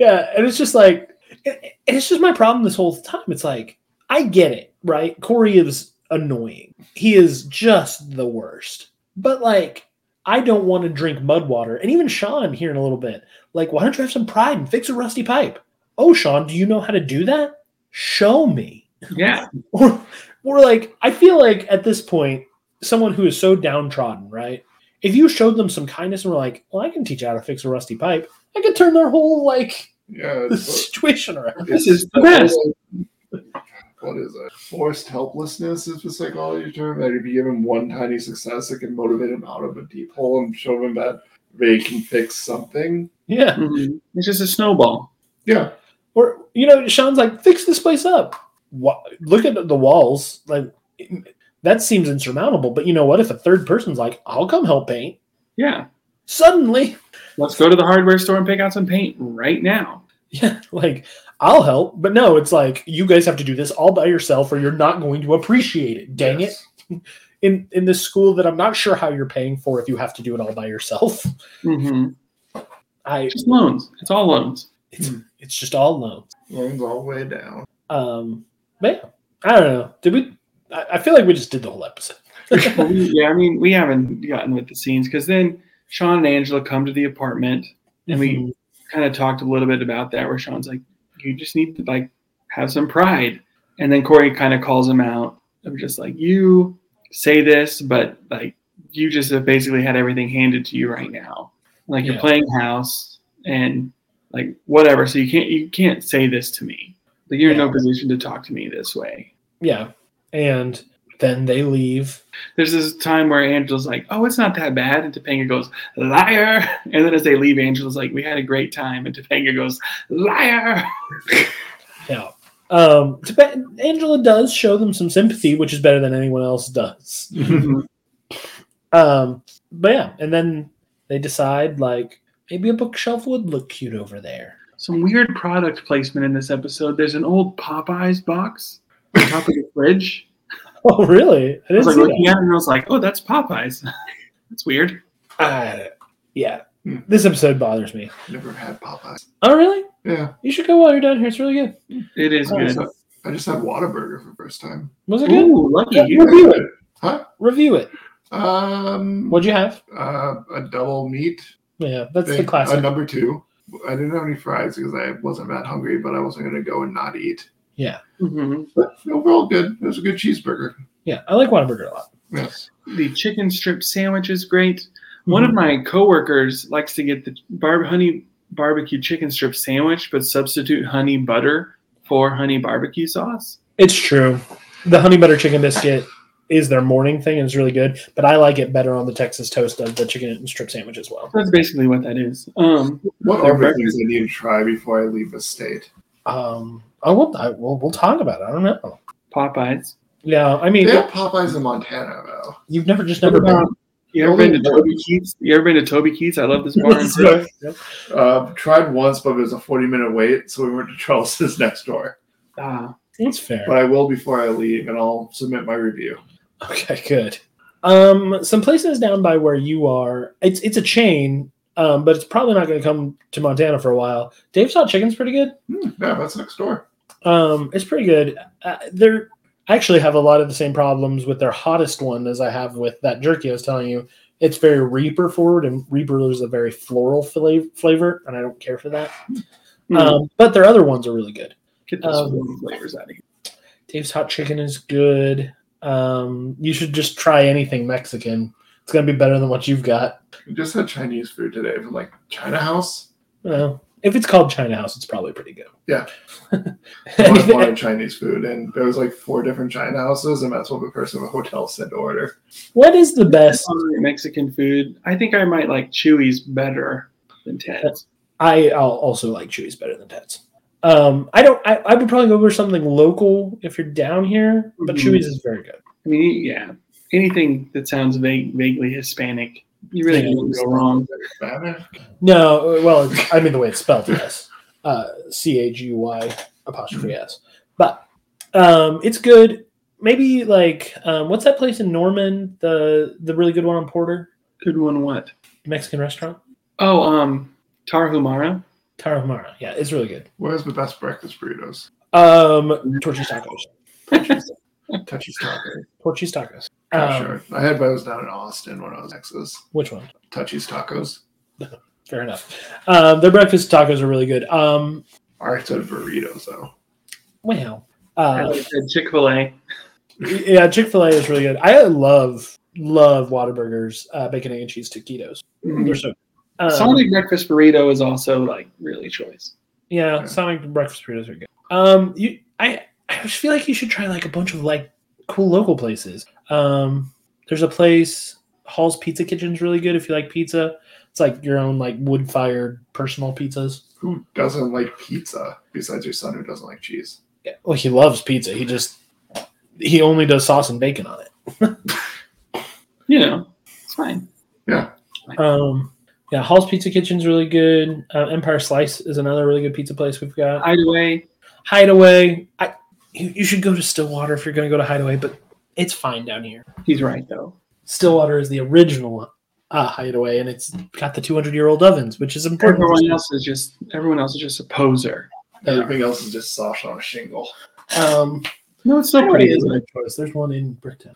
S1: yeah and it's just like it- it's just my problem this whole time it's like i get it right corey is annoying he is just the worst but like i don't want to drink mud water and even sean here in a little bit like why don't you have some pride and fix a rusty pipe oh sean do you know how to do that show me
S2: Yeah,
S1: or or like I feel like at this point, someone who is so downtrodden, right? If you showed them some kindness and were like, "Well, I can teach you how to fix a rusty pipe," I could turn their whole like
S3: Yeah.
S1: the
S3: it's-
S1: situation around.
S2: this is the best.
S3: What is it? Forced helplessness is the psychology term. That if you give him one tiny success, it can motivate him out of a deep hole and show him that they can fix something.
S1: Yeah,
S2: Mhm. It's just a snowball.
S3: Yeah.
S1: or you know, Sean's like, "Fix this place up." Wha- Look at the walls. Like that seems insurmountable. But you know what? If a third person's like, "I'll come help paint,"
S2: Yeah,
S1: suddenly,
S2: let's go to the hardware store and pick out some paint right now.
S1: yeah, like I'll help. But no, it's like you guys have to do this all by yourself, or you're not going to appreciate it. Dang it! in in this school that I'm not sure how you're paying for if you have to do it all by yourself.
S2: hmm
S1: I
S2: Just loans. It's all loans.
S1: it's it's just all loans.
S3: it. Loans all the way down.
S1: Um, but yeah, I don't know. Did we? I, I feel like we just did the whole episode.
S2: But we- yeah, I mean, we haven't gotten with the scenes because then Sean and Angela come to the apartment and we kind of talked a little bit about that where Sean's like, you just need to like have some pride. And then Corey kind of calls him out of just like, you say this, but like you just have basically had everything handed to you right now. Like you're
S1: Yeah.
S2: playing house and like whatever. So you can't, you can't say this to me. Like you're in no
S1: Yeah.
S2: position to talk to me this way.
S1: yeah, and then they leave.
S2: there's this time where Angela's like, "Oh, it's not that bad," and Topanga goes, "Liar!" And then as they leave, Angela's like, "We had a great time," and Topanga goes, "Liar!"
S1: Yeah. Um, Topanga- Angela does show them some sympathy, which is better than anyone else does. Um, but yeah, and then they decide like maybe a bookshelf would look cute over there.
S2: Some weird product placement in this episode. There's an old Popeyes box on top of the fridge.
S1: Oh, really? I
S2: I
S1: didn't
S2: was like
S1: see that.
S2: looking at it and I was like, "Oh, that's Popeyes." That's weird.
S1: I, yeah,
S3: Hmm.
S1: this episode bothers me.
S3: Never had Popeyes.
S1: Oh, really?
S3: Yeah.
S1: You should go while you're down here. It's really good.
S2: It is
S1: Oh,
S2: good.
S1: so-
S3: I just had Whataburger for the first time.
S1: Was it good?
S2: Ooh, lucky
S1: Yeah.
S2: you.
S1: Review it.
S3: Huh?
S1: Review it.
S3: Um,
S1: What'd you have?
S3: uh, a double meat.
S1: Yeah, that's the
S3: thing, A
S1: classic.
S3: number two. I didn't have any fries because I wasn't that hungry, but I wasn't going to go and not eat.
S2: Mhm.
S3: But overall, good. It was a good cheeseburger.
S1: Yeah, I like Whataburger a lot.
S3: Yes.
S2: The chicken strip sandwich is great. One
S1: Mm-hmm.
S2: of my coworkers likes to get the barb honey barbecue chicken strip sandwich, but substitute honey butter for honey barbecue sauce.
S1: It's true. The honey butter chicken biscuit is their morning thing and it's really good, but I like it better on the Texas toast of the chicken and strip sandwich as well.
S2: That's basically what that is. Um,
S3: What
S2: Their
S3: are the
S2: breakfast-
S3: things I need to try before I leave the state?
S1: Um, I will. I, we'll, we'll talk about it. I don't know.
S2: Popeyes.
S1: Yeah, I
S3: They
S1: mean,
S3: have Popeyes in Montana, though.
S1: you've never just never been.
S2: You ever been to Toby Keith's? You ever been to Toby Keith's? I love this bar. and grill.
S1: Sorry. Yep.
S3: Uh, tried once, but it was a 40 minute wait, so we went to Charles's next door.
S2: Ah,
S1: That's fair.
S3: But I will before I leave, and I'll submit my review.
S1: Okay, good. Um, some places down by where you are, it's it's a chain, um, but it's probably not going to come to Montana for a while. Dave's Hot Chicken's pretty good.
S3: Hmm, yeah, that's next door.
S1: Um, it's pretty good. Uh, they're I actually have a lot of the same problems with their hottest one as I have with that jerky I was telling you. It's very Reaper forward, and Reaper is a very floral fla- flavor, and I don't care for that.
S2: mm,
S1: Um, but their other ones are really good.
S2: get those
S1: um,
S2: warm flavors out of here.
S1: Dave's hot chicken is good. Um, you should just try anything Mexican. It's gonna be better than what you've got.
S3: We just had Chinese food today from like China House.
S1: Well, if it's called China House, it's probably pretty good.
S3: Yeah. I wanted-
S1: Anything-
S3: wanted Chinese food, and there was like four different China houses, and that's what the person at the hotel said to order.
S1: what is the best?
S2: Um, Mexican food. I think I might like Chewy's better than Ted's.
S1: I I'll also like Chewy's better than Ted's. Um, I don't. I, I would probably go for something local if you're down here, but
S2: Mhm.
S1: Chewy's is very good.
S2: I mean, yeah, anything that sounds vague, vaguely Hispanic, you really
S1: Yeah.
S2: can't go wrong.
S3: Banner?
S1: No, well, it's, I mean the way it's spelled, yes, uh, C A G Y apostrophe S. But um, it's good. Maybe like um, what's that place in Norman? The the really good one on Porter
S2: Good one. What?
S1: Mexican restaurant,
S2: Oh, um, Tarahumara.
S1: Tarahumara. Yeah, it's really good.
S3: Where's the best breakfast burritos?
S1: Um, Torchy's tacos.
S3: Touchy Tacos.
S1: Torchy's tacos.
S3: I'm
S1: Um,
S3: Oh, sure. I had those down in Austin when I was in Texas.
S1: Which one?
S3: Touchy's Tacos.
S1: Fair enough. Um, their breakfast tacos are really good. Um,
S3: I said burritos though.
S1: well, uh,
S2: Chick Fil A.
S1: yeah, Chick Fil A is really good. I love love Whataburgers, uh, bacon egg and cheese taquitos. They're so. Um,
S2: Sonic breakfast burrito is also like really choice.
S1: Yeah,
S3: Yeah.
S1: Sonic breakfast burritos are good. Um, you, I, I just feel like you should try like a bunch of like cool local places. Um, there's a place Hall's Pizza Kitchen's really good if you like pizza. It's like your own like wood fired personal pizzas.
S3: Who doesn't like pizza besides your son who doesn't like cheese?
S1: Yeah, well, he loves pizza. He just he only does sauce and bacon on it.
S2: You know, it's fine.
S1: Um, yeah, Hall's Pizza Kitchen's really good. Uh, Empire Slice is another really good pizza place we've got.
S2: Either way,
S1: Hideaway, I you, you should go to Stillwater if you're going to go to Hideaway, but it's fine down here.
S2: he's right though.
S1: Stillwater is the original uh, hideaway, and it's got the 200 year old ovens, which is
S2: Everyone
S1: important.
S2: else is just everyone else is just a poser.
S3: Everything else is just soft on a shingle.
S1: Um,
S2: No, it's still pretty.
S1: Hideaway is
S2: Isn't
S1: my
S2: it?
S1: choice. There's one in Bricktown.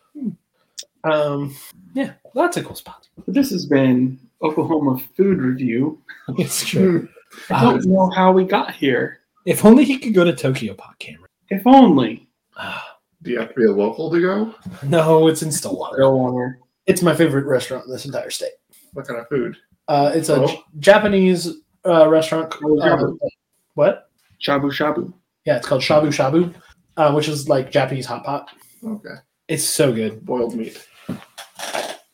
S1: Um, yeah, lots of cool spots.
S2: But this has been Oklahoma food review.
S1: It's true.
S2: I don't
S1: Uh,
S2: know how we got here.
S1: if only he could go to Tokyo Pot, Cameron.
S2: If only.
S1: Ah,
S3: Do you have to be a local to go?
S1: no, it's in Stillwater.
S2: Stillwater.
S1: It's my favorite restaurant in this entire state.
S3: What kind of food?
S1: Uh, it's a
S3: Oh.
S1: J- Japanese uh, restaurant.
S2: Oh,
S1: uh,
S2: Jabu.
S1: what?
S2: Shabu shabu.
S1: Yeah, it's called Shabu Shabu, uh, which is like Japanese hot pot.
S3: Okay.
S1: It's so good.
S3: Boiled meat.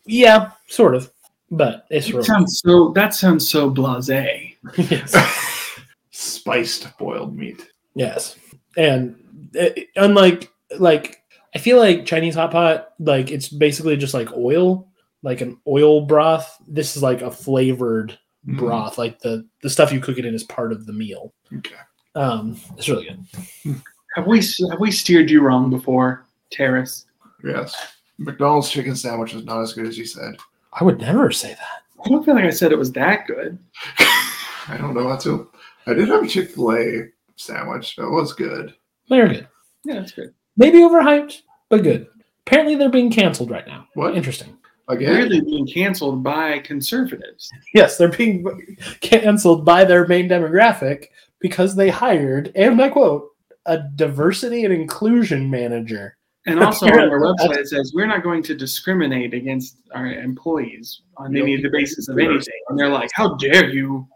S1: Yeah, sort of, but it's
S2: That
S1: really
S2: sounds so. That sounds so blasé.
S1: yes.
S3: Spiced boiled meat.
S1: Yes, and uh, unlike like I feel like Chinese hot pot, like it's basically just like oil, like an oil broth. This is like a flavored
S3: Hmm. Mm-hmm.
S1: broth, like the the stuff you cook it in is part of the meal.
S3: Okay.
S1: Um, it's really good.
S2: Have we have we steered you wrong before, Terrace?
S3: Yes. McDonald's chicken sandwich is not as good as you said.
S1: I would never say that.
S2: I don't feel like I said it was that good.
S3: I don't know how to. I did have a Chick fil A sandwich. That was good.
S1: They're good,
S2: Yeah, that's good.
S1: maybe overhyped, but good. Apparently, they're being canceled right now.
S3: What?
S1: Interesting.
S3: Again,
S2: Weirdly being canceled by conservatives.
S1: Yes, they're being canceled by their main demographic because they hired, and I quote, a diversity and inclusion manager.
S2: And also on our website it says we're not going to discriminate against our employees on any of the basis of anything. And they're like, How dare you?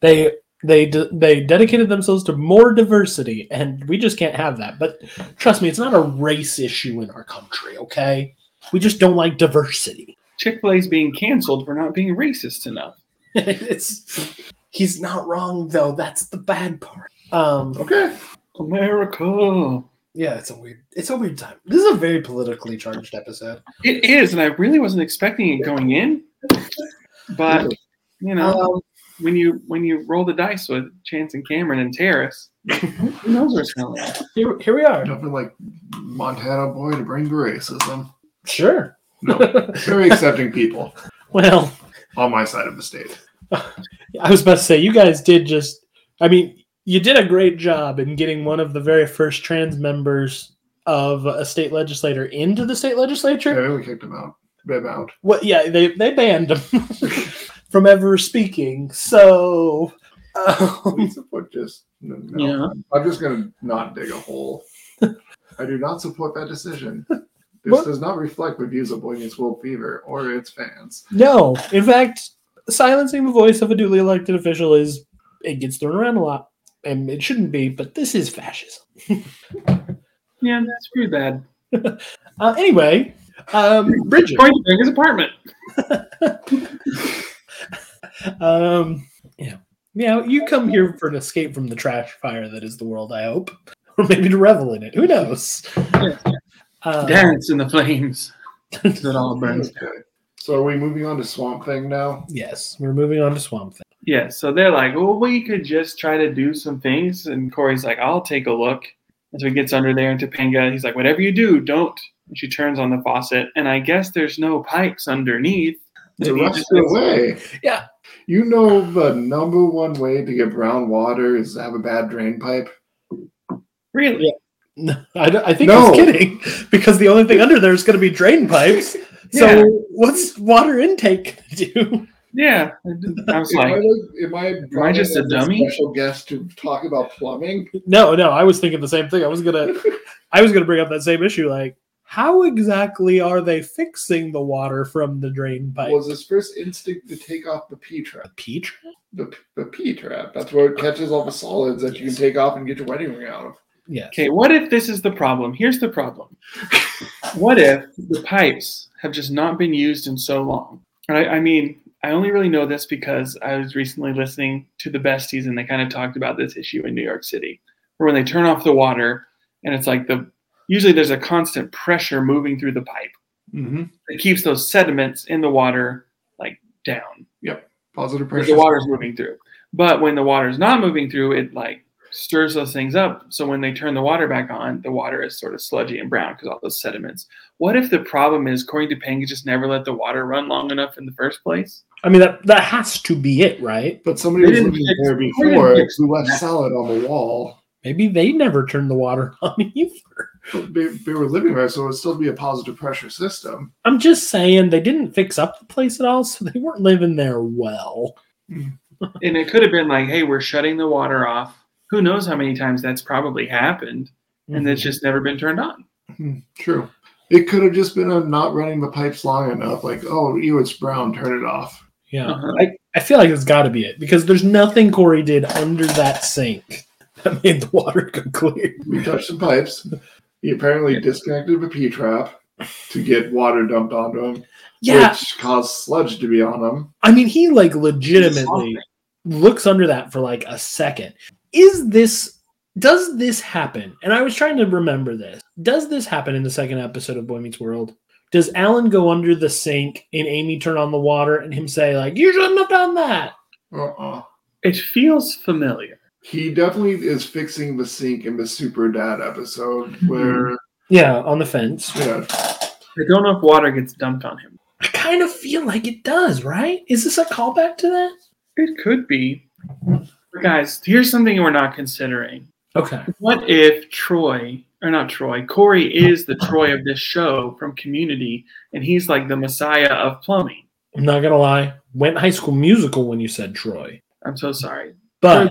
S1: They they de- they dedicated themselves to more diversity, and we just can't have that. But trust me, it's not a race issue in our country. Okay, we just don't like diversity.
S2: Chick-fil-A's being canceled for not being racist enough.
S1: it's he's not wrong though. That's the bad part. Um,
S3: okay.
S2: America.
S1: yeah, it's a weird it's a weird time. This is a very politically charged episode.
S2: It is, and I really wasn't expecting it going in. But you know,
S1: Um,
S2: when you when you roll the dice with Chance and Cameron and Terrace, who knows what's going on?
S1: here, here we are.
S3: Nothing like Montana boy to bring to racism.
S1: Sure.
S3: Very accepting people
S1: Well,
S3: on my side of the state.
S1: I was about to say you guys did just. I mean, you did a great job in getting one of the very first trans members of a state legislator into the state legislature.
S3: Yeah, we kicked him out. Bib out.
S1: Well, yeah, they they banned him from ever speaking. So, um,
S3: Please support just no, no. I'm just gonna not dig a hole. I do not support that decision. This
S1: What?
S3: does not reflect my views of Boy Meets World Fever or its fans.
S1: no, in fact, silencing the voice of a duly elected official is it gets thrown around a lot, and it shouldn't be. But this is fascism.
S2: Yeah, that's pretty bad.
S1: Uh, anyway, um, Bridget.
S2: Point to his apartment.
S1: Um, yeah, yeah. You come here for an escape from the trash fire that is the world. I hope, or maybe to revel in it. Who knows?
S2: Yes,
S1: Uh,
S2: Dance in the flames. That all burns.
S3: Okay. So are we moving on to Swamp Thing now?
S1: Yes, we're moving on to Swamp Thing.
S2: Yeah, so they're like, well, we could just try to do some things. And Corey's like, I'll take a look. And so he gets under there and Topanga, he's like, whatever you do, don't. And she turns on the faucet. And I guess there's no pipes underneath.
S3: The
S2: And he
S3: rest
S2: just
S3: of the
S2: goes,
S3: way.
S1: Yeah.
S3: You know the number one way to get brown water is to have a bad drain pipe.
S2: Really?
S1: No, I, don't- I think
S3: No.
S1: he's kidding because the only thing under there is going to be drain pipes.
S2: Yeah.
S1: So what's water intake gonna do?
S2: Yeah. I was
S3: Am I,
S2: like,
S3: the- am I, brought
S2: just
S3: in
S2: a
S3: as
S2: dummy?
S3: Special guest to talk about plumbing.
S1: No, no, I was thinking the same thing. I was gonna, I was gonna bring up that same issue. Like, how exactly are they fixing the water from the drain pipe?
S3: Was his first instinct to take off the P trap?
S1: pea trap?
S3: The, the P trap. That's where it catches all the solids that you can
S1: Yes.
S3: take off and get your wedding ring out of.
S1: Yeah.
S2: okay, what if this is the problem? Here's the problem. What if the pipes have just not been used in so long? I, I mean, I only really know this because I was recently listening to the besties and they kind of talked about this issue in New York City, where when they turn off the water and it's like the usually there's a constant pressure moving through the pipe
S3: Mm-hmm.
S2: that keeps those sediments in the water like down because
S3: Positive pressure.
S2: the water's moving through. But when the water's not moving through, it like stirs those things up. So when they turn the water back on, the water is sort of sludgy and brown because all those sediments. What if the problem is Corey Topanga just never let the water run long enough in the first place?
S1: I mean that that has to be it, right?
S3: But somebody
S2: They
S3: was
S2: didn't
S3: living
S2: fix-
S3: there
S2: they didn't
S3: before
S2: fix
S3: who left
S2: that.
S3: salad on the wall.
S1: Maybe they never turned the water on either.
S3: But They, they were living there, so it would still be a positive pressure system.
S1: I'm just saying they didn't fix up the place at all, so they weren't living there well.
S2: And it could have been like, hey, we're shutting the water off. Who knows how many times that's probably happened and it's just never been turned on.
S3: Hmm, True. It could have just been on not running the pipes long enough. Like, oh, ew, it's brown. Turn it off.
S1: Mm-hmm. Yeah.
S2: Uh-huh.
S1: I, I feel like it's got to be it because there's nothing Corey did under that sink that made the water go clear.
S3: We touched some pipes. He apparently disconnected a P trap to get water dumped onto him,
S1: Yeah.
S3: which caused sludge to be on him.
S1: I mean, he like legitimately looks under that for like a second. Is this, does this happen? And I was trying to remember this. Does this happen in the second episode of Boy Meets World? Does Alan go under the sink and Amy turn on the water and him say, like, you shouldn't have done that?
S3: Uh-uh.
S2: It feels familiar.
S3: He definitely is fixing the sink in the Super Dad episode where
S1: Yeah, on the fence.
S3: yeah,
S2: I don't know if water gets dumped on him.
S1: I kind of feel like it does, right? Is this a callback to that?
S2: It could be. Guys, here's something we're not considering.
S1: Okay.
S2: What if Troy or not Troy. Corey is the Troy of this show from Community, and he's like the Messiah of plumbing.
S1: I'm not gonna lie. Went High School Musical when you said Troy,
S2: I'm so sorry.
S1: but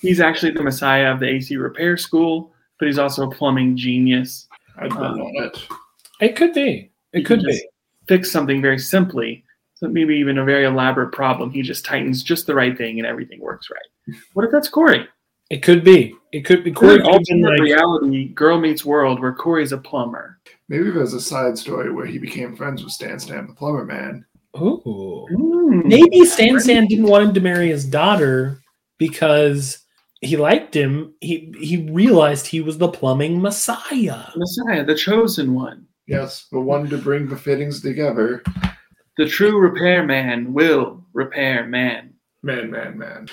S2: He's actually the Messiah of the AC Repair School, but he's also a plumbing genius.
S3: I don't
S2: Um,
S3: know it.
S1: it could be. It
S2: You can
S1: could be.
S2: just Fix something very simply, so maybe even a very elaborate problem. He just tightens just the right thing, and everything works right. What if that's Corey?
S1: It could be. It could be. Corey
S2: Corey
S1: could have been like,
S2: alternate reality, Girl Meets World, where Corey's a plumber.
S3: Maybe there's a side story where he became friends with Stan Stan the plumber man.
S1: ooh.
S2: Mm.
S1: Maybe Stan Stan didn't want him to marry his daughter because he liked him. He he realized he was the plumbing messiah.
S2: Messiah, the chosen one,
S3: Yes, the one to bring the fittings together.
S2: the true repairman will repair man.
S3: Man, man, man.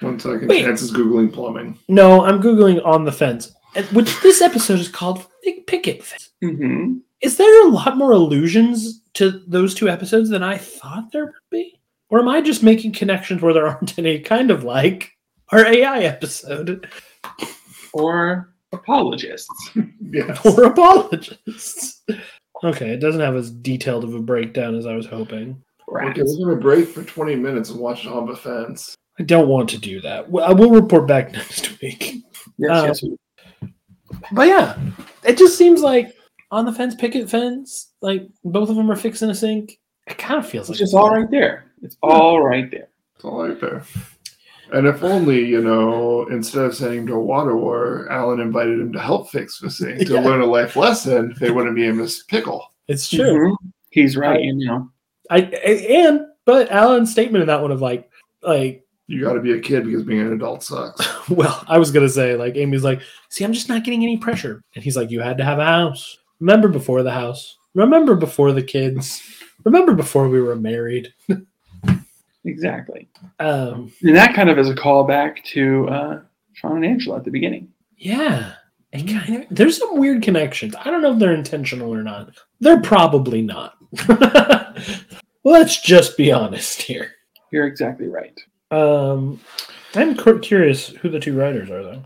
S3: One second.
S1: Wait.
S3: Chance is googling plumbing.
S1: No, I'm googling on the fence, and- which this episode is called "Fig Picket Fence."
S2: Mm-hmm.
S1: Is there a lot more allusions to those two episodes than I thought there would be, or am I just making connections where there aren't any? Kind of like our AI episode
S2: Or apologists.
S3: Yes.
S1: for apologists. Okay, it doesn't have as detailed of a breakdown as I was hoping.
S2: Rats.
S3: Okay, we're gonna break for 20 minutes and watch it on the fence.
S1: I don't want to do that. Well, I will report back next week.
S2: Yes,
S1: Uh,
S2: yes, we-
S1: But yeah, it just seems like on the fence, picket fence. Like both of them are fixing a sink. It kind of feels like
S2: It's just all right there. It's all right there.
S3: It's all right there. And if only, you know, instead of sending him to a water war, Alan invited him to help fix the thing to
S1: Yeah.
S3: learn a life lesson, they wouldn't be in this pickle.
S1: It's true.
S2: Mhm. He's right, you know.
S1: I, a- and but Alan's statement in that one of like like
S3: You gotta be a kid because being an adult sucks.
S1: well, I was gonna say like Amy's like, see, I'm just not getting any pressure, and he's like, you had to have a house. Remember before the house. Remember before the kids. Remember before we were married.
S2: Exactly.
S1: Um,
S2: And that kind of is a callback to uh, Sean and Angela at the beginning.
S1: yeah. It kind of, there's some weird connections. I don't know if they're intentional or not. They're probably not. Let's just be honest here.
S2: You're exactly right.
S1: Um, I'm cur- curious who the two writers are, though.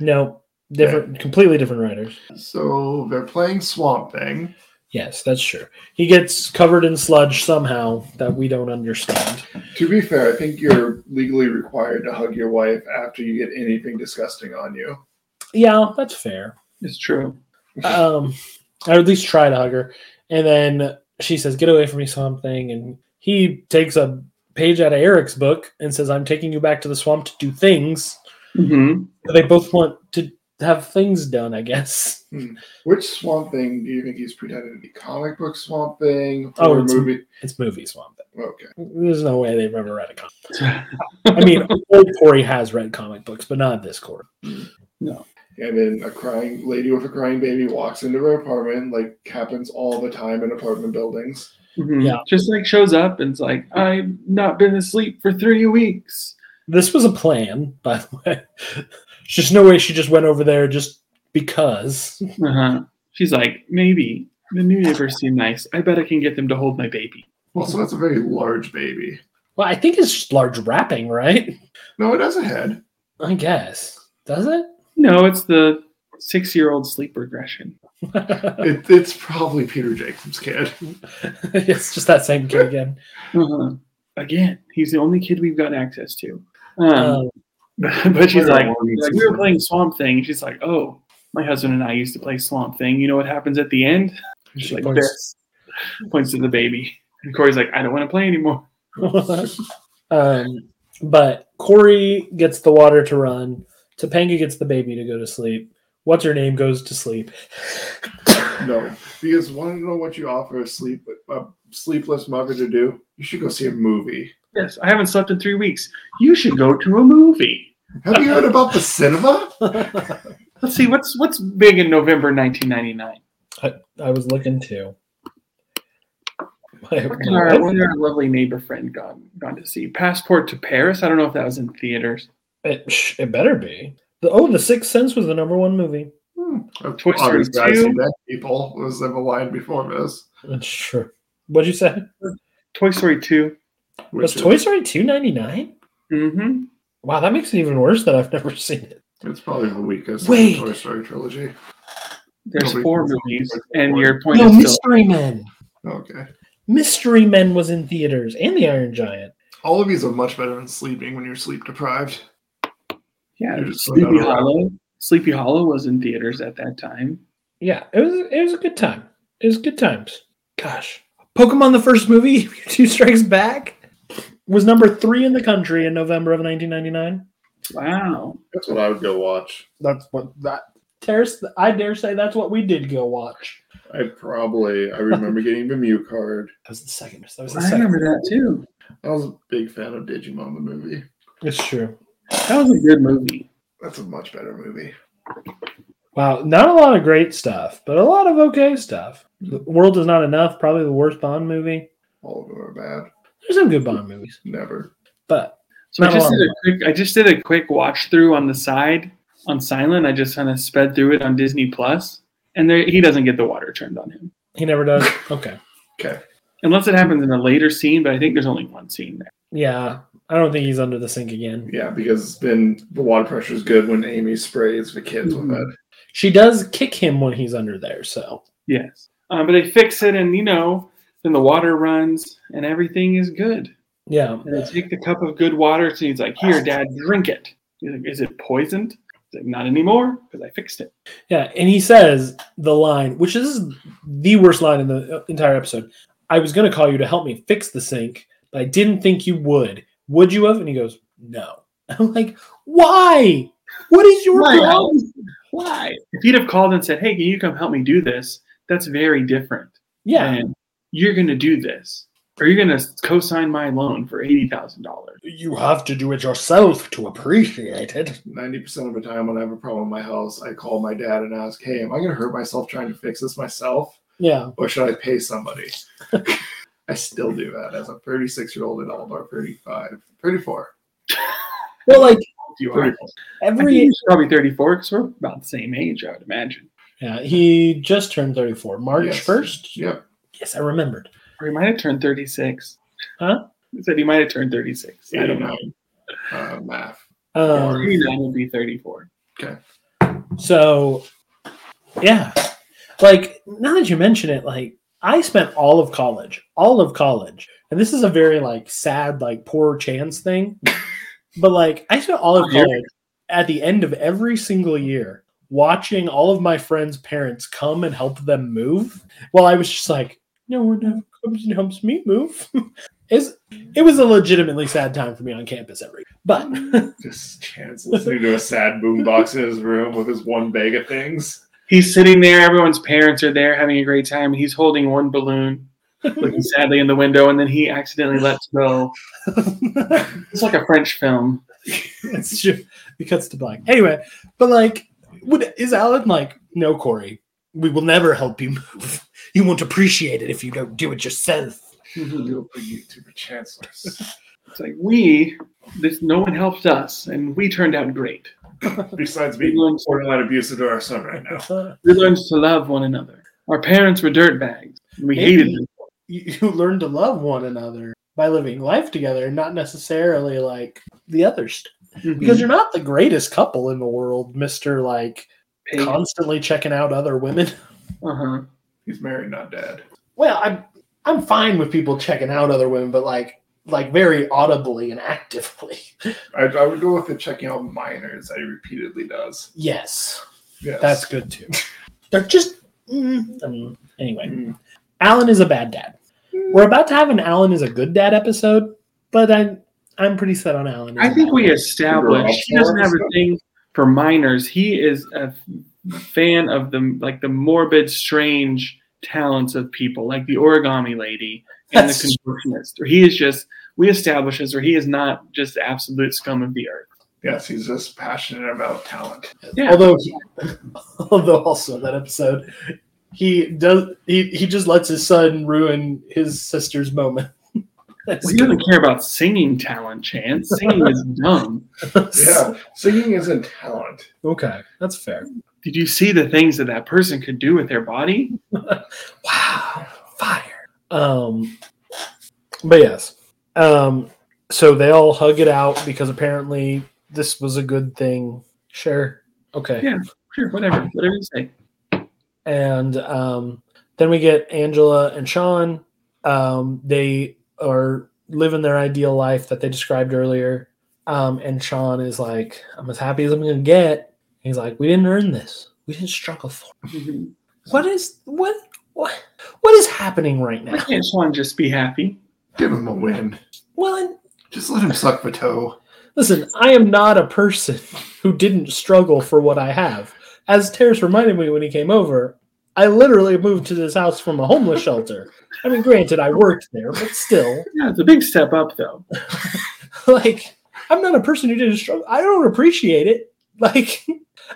S1: no, different, completely different writers.
S3: So they're playing Swamp Thing.
S1: Yes, that's true. He gets covered in sludge somehow that we don't understand.
S3: To be fair, I think you're legally required to hug your wife after you get anything disgusting on you.
S1: Yeah, that's fair.
S2: It's true.
S1: Um, or at least try to hug her. And then she says, "Get away from me, something." And he takes a page out of Eric's book and says, "I'm taking you back to the swamp to do things."
S2: hmm
S1: They both want to have things done, I guess.
S3: Which Swamp Thing do you think he's pretending to be? Comic book Swamp Thing?
S1: Oh,
S3: horror
S1: it's-
S3: movie.
S1: It's movie swamp.
S3: Okay.
S1: There's no way they've ever read a comic. I mean, old Corey has read comic books, but not this Corey.
S3: And then a crying lady with a crying baby walks into her apartment, like happens all the time in apartment buildings.
S2: Mhm.
S1: Yeah.
S2: Just like shows up and's like, I've not been asleep for three weeks.
S1: This was a plan, by the way. There's just no way she just went over there just because.
S2: Uh-huh. She's like, maybe the new neighbors seem nice. I bet I can get them to hold my baby.
S3: Also, that's a very large baby.
S1: Well, I think it's just large wrapping, right?
S3: No, it has a head.
S1: I guess. Does
S2: No, it's the six-year-old sleep regression.
S1: it?
S3: It, it's probably Peter Jacobs' kid.
S1: it's just that same kid again.
S2: Uh-huh. Again, he's the only kid we've got access to. Um,
S1: Um,
S2: but she's like,
S3: Wonder Woman
S2: like, we were playing Swamp Thing. She's like, oh, my husband and I used to play Swamp Thing. You know what happens at the end? She's
S1: she
S2: like,
S1: points-
S2: this. Points to the baby. And Corey's like, I don't want to play anymore.
S1: um, but Corey gets the water to run. Topanga gets the baby to go to sleep. What's her name goes to sleep.
S3: No, because want to know what you offer a sleep a sleepless mother to do? You should go see a movie.
S2: Yes, I haven't slept in three weeks. You should go to a movie.
S3: Have you heard about the cinema?
S2: Let's see what's what's big in November 1999.
S1: I was looking too. My-
S2: What
S1: my
S2: did our, what
S1: wife-
S2: did our lovely neighbor friend gone gone to see? Passport to Paris. I don't know if that was in theaters.
S1: it, sh- it better be. The, oh, The Sixth Sense was the number one movie.
S2: Toy Story
S3: Hmm. Obviously, I see
S2: 2.
S3: that people was in the line before this.
S1: That's true. What'd you say?
S2: Toy Story 2.
S1: Was
S3: which is-
S1: Toy Story two ninety nine?
S2: Mm-hmm.
S1: Wow, that makes it even worse that I've never seen it.
S3: It's probably the weakest of
S1: Wait.
S3: the Toy Story trilogy.
S2: There's
S3: Nobody-
S2: four movies, and your point
S1: No,
S2: is still
S1: Mystery Men.
S3: Okay.
S1: Mystery Men was in theaters and The Iron Giant.
S3: All of these are much better than sleeping when you're sleep deprived.
S2: yeah.
S3: You're just
S2: Sleepy
S3: without a-
S2: Hollow. Sleepy Hollow was in theaters at that time.
S1: Yeah, it was it was a good time. It was good times. Gosh, Pokemon the first movie, Two Strikes Back, was number three in the country in November of 1999.
S2: Wow.
S3: That's what I would go watch.
S1: That's what that. Terrace, I dare say that's what we did go watch.
S3: I probably I remember getting the Mew card.
S1: That was the second. That was the
S2: I
S1: second.
S2: remember that too.
S3: I was a big fan of Digimon the movie.
S1: It's true.
S2: That was a good movie.
S3: That's a much better movie.
S1: Wow, not a lot of great stuff, but a lot of okay stuff. The World is not enough. Probably the worst Bond movie.
S3: All of them are bad.
S1: There's some good Bond movies,
S3: Never.
S1: but
S2: So I
S1: Not a
S2: just
S1: lot
S2: did
S1: of
S2: a quick. I just did a quick watch through on the side on silent. I just kind of sped through it on Disney Plus, and there he doesn't get the water turned on him
S1: he never does. Okay,
S3: Okay.
S2: unless it happens in a later scene. But I think there's only one scene there.
S1: yeah, I don't think he's under the sink again.
S3: Yeah, because it's been the water pressure is good when Amy sprays the kids with it.
S1: She does kick him when he's under there, so
S2: Yes, um, but they fix it, and you know, then the water runs, and everything is good.
S1: yeah.
S2: And they take the cup of good water, so he's like, "Here, Dad, drink it." He's like, "Is it poisoned?" He's like, "Not anymore, because I fixed it."
S1: Yeah, and he says the line, which is the worst line in the uh, entire episode. I was going to call you to help me fix the sink, but I didn't think you would. Would you have? And he goes, "No." I'm like, "Why? What is your
S2: Why?
S1: problem?
S2: Why? If he'd have called and said, "Hey, can you come help me do this?" That's very different.
S1: Yeah,
S2: and you're going to do this or you're going to co-sign my loan for $80,000.
S1: you have to do it yourself to appreciate it."
S3: Ninety percent of the time when I have a problem in my house, I call my dad and ask, "Hey, am I going to hurt myself trying to fix this myself,
S1: Yeah,
S3: or should I pay somebody?" I still do that as a 36 year old adult or 35, 34.
S1: well, like
S2: You are. I think
S1: every
S2: he's probably 34 because we're about the same age, I would imagine.
S1: yeah, he just turned 34, March
S3: Yes.
S1: first.
S3: Yep.
S1: Yes, I remembered.
S2: Or he might have turned 36.
S1: Huh?
S2: He said he might have turned 36. I don't know.
S3: Uh, math.
S1: Um,
S2: 39 would be 34.
S1: So, yeah, like now that you mention it, like I spent all of college, all of college, and this is a very like sad, like poor chance thing, but like I spent all of
S2: Oh, here we
S1: college at the end of every single year watching all of my friends' parents come and help them move, while I was just like, no one ever comes and helps me move. It's, it was a legitimately sad time for me on campus every, but
S3: Just chance listening to a sad boombox in his room with his one bag of things,
S2: He's sitting there, everyone's parents are there having a great time, and he's holding one balloon, looking sadly in the window, and then he accidentally lets go. It's like a French film.
S1: It's true. It cuts to black. Anyway, but like, would is Alan like, no, Corey, we will never help you move. You won't appreciate it if you don't do it yourself.
S3: little for YouTuber chancellors.
S2: It's like we, this no one helped us, and we turned out great.
S3: Besides
S2: We
S3: being
S2: learned,
S3: borderline abusive to our son right now.
S2: we learned to love one another. Our parents were dirtbags. and We
S1: Maybe.
S2: hated them.
S1: you, you learn to love one another by living life together, and not necessarily like the others. Because
S2: Mhm.
S1: you're not the greatest couple in the world, Mister. Like constantly checking out other women.
S2: Uh-huh.
S3: He's married, not dead.
S1: Well, I'm I'm fine with people checking out other women, but like like very audibly and actively.
S3: I, I would go with the checking out minors that he repeatedly does.
S1: Yes.
S3: Yes.
S1: That's good too. They're just. Mm, I mean, anyway,
S3: Mm.
S1: Alan is a bad dad.
S2: Hmm.
S1: We're about to have an Alan is a good dad episode, but I'm I'm pretty set on Alan. is
S2: I
S1: a
S2: think
S1: bad
S2: we
S1: dad.
S2: established he doesn't have a thing for minors. He is a fan of the like the morbid, strange talents of people, like the origami lady and
S1: That's
S2: the contortionist. Or he is just we established this, or he is not just the absolute scum of the earth.
S3: Yes, he's just passionate about talent.
S2: Yeah.
S1: Although, he, although also in that episode, he does he he just lets his son ruin his sister's moment. That's
S2: Well, he doesn't care about singing talent, Chance. Singing is dumb.
S1: good.
S3: Yeah, singing isn't talent.
S1: Okay, that's fair.
S2: Did you see the things that that person could do with their body?
S1: Wow, fire. Um, but yes. Um, so they all hug it out because apparently this was a good thing. Sure. Okay.
S2: Yeah. Sure, whatever, whatever you say.
S1: and um, then we get Angela and Sean. Um, they are living their ideal life that they described earlier. Um, and Sean is like, "I'm as happy as I'm gonna get." He's like, "We didn't earn this. We didn't struggle for. It.
S2: Mhm.
S1: What is what what what is happening right
S2: Why
S1: now?"
S2: can't Sean just be happy?
S3: Give him a win.
S1: Well, and
S3: Just let him suck the toe.
S1: Listen, I am not a person who didn't struggle for what I have. As Terrace reminded me when he came over, I literally moved to this house from a homeless shelter. I mean, granted, I worked there, but still,
S2: Yeah, it's a big step up though.
S1: like, I'm not a person who didn't struggle. I don't appreciate it. Like,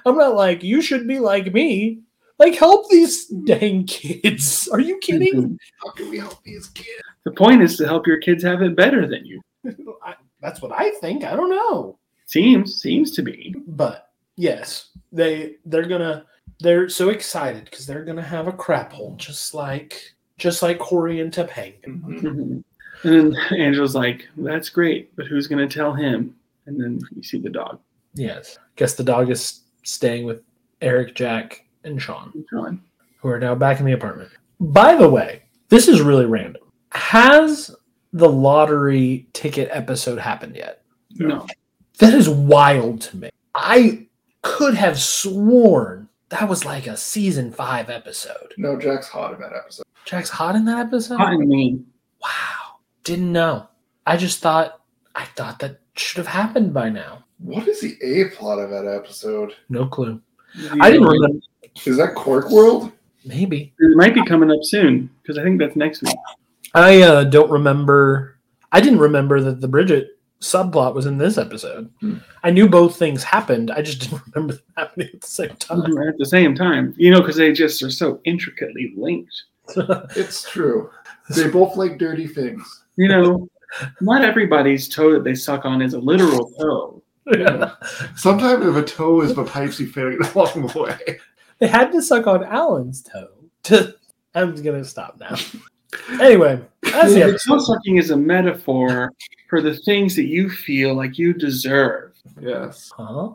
S1: I'm not like, you should be like me. Like, help these dang kids. Are you kidding?
S3: How can we help these kids?
S2: The point is to help your kids have it better than you.
S1: I, that's what I think. I don't know.
S2: Seems seems to be.
S1: but yes they they're gonna they're so excited because they're gonna have a crap hole just like just like corey and topanga
S3: Mm-hmm.
S1: Mm-hmm.
S2: Mhm. And then Angela's like, "That's great, but who's gonna tell him?" And then you see the dog,
S1: yes guess the dog is staying with eric jack and sean
S2: Sean.
S1: who are now back in the apartment by the way this is really random has the lottery ticket episode happened yet
S2: No,
S1: That is wild to me. I could have sworn that was like a season five episode.
S3: No, Jack's hot in that episode.
S1: Jack's hot in that episode?
S2: hot and mean.
S1: Wow. Didn't know. I just thought I thought that should have happened by now.
S3: What is the A plot of that episode?
S1: No clue. I didn't remember
S3: Is that Cork World?
S1: maybe.
S2: It might be coming up soon because I think that's next week.
S1: I uh, don't remember I didn't remember that the Bridget subplot was in this episode.
S3: Hmm.
S1: I knew both things happened. I just didn't remember them happening at the same time.
S2: At the same time, you know, because they just are so intricately linked.
S3: It's true. They both like dirty things.
S2: You know, not everybody's toe that they suck on is a literal toe.
S1: Hmm.
S3: Sometimes if a toe is the pipes, you fit it along the way.
S1: They had to suck on Alan's toe to I'm gonna stop now. Anyway, that's the
S2: The
S1: episode.
S2: toe sucking is a metaphor for the things that you feel like you deserve.
S3: Yes.
S1: Huh?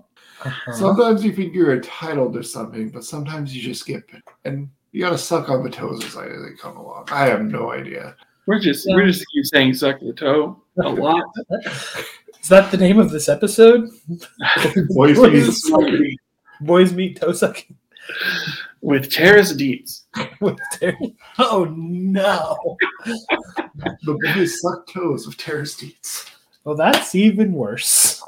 S1: Uh-huh.
S3: Sometimes you think you're entitled to something, but sometimes you just skip it. And you gotta suck on the toes as I- they come along. I have no idea.
S2: We're just we're just keep saying suck the toe a lot.
S1: Is that the name of this episode?
S3: Boys
S1: What
S3: need
S1: is- Boys meet toe sucking.
S2: With Terrace Deets.
S1: with Terry. Oh no!
S3: the boys suck toes of terror deeds.
S1: Well, that's even worse.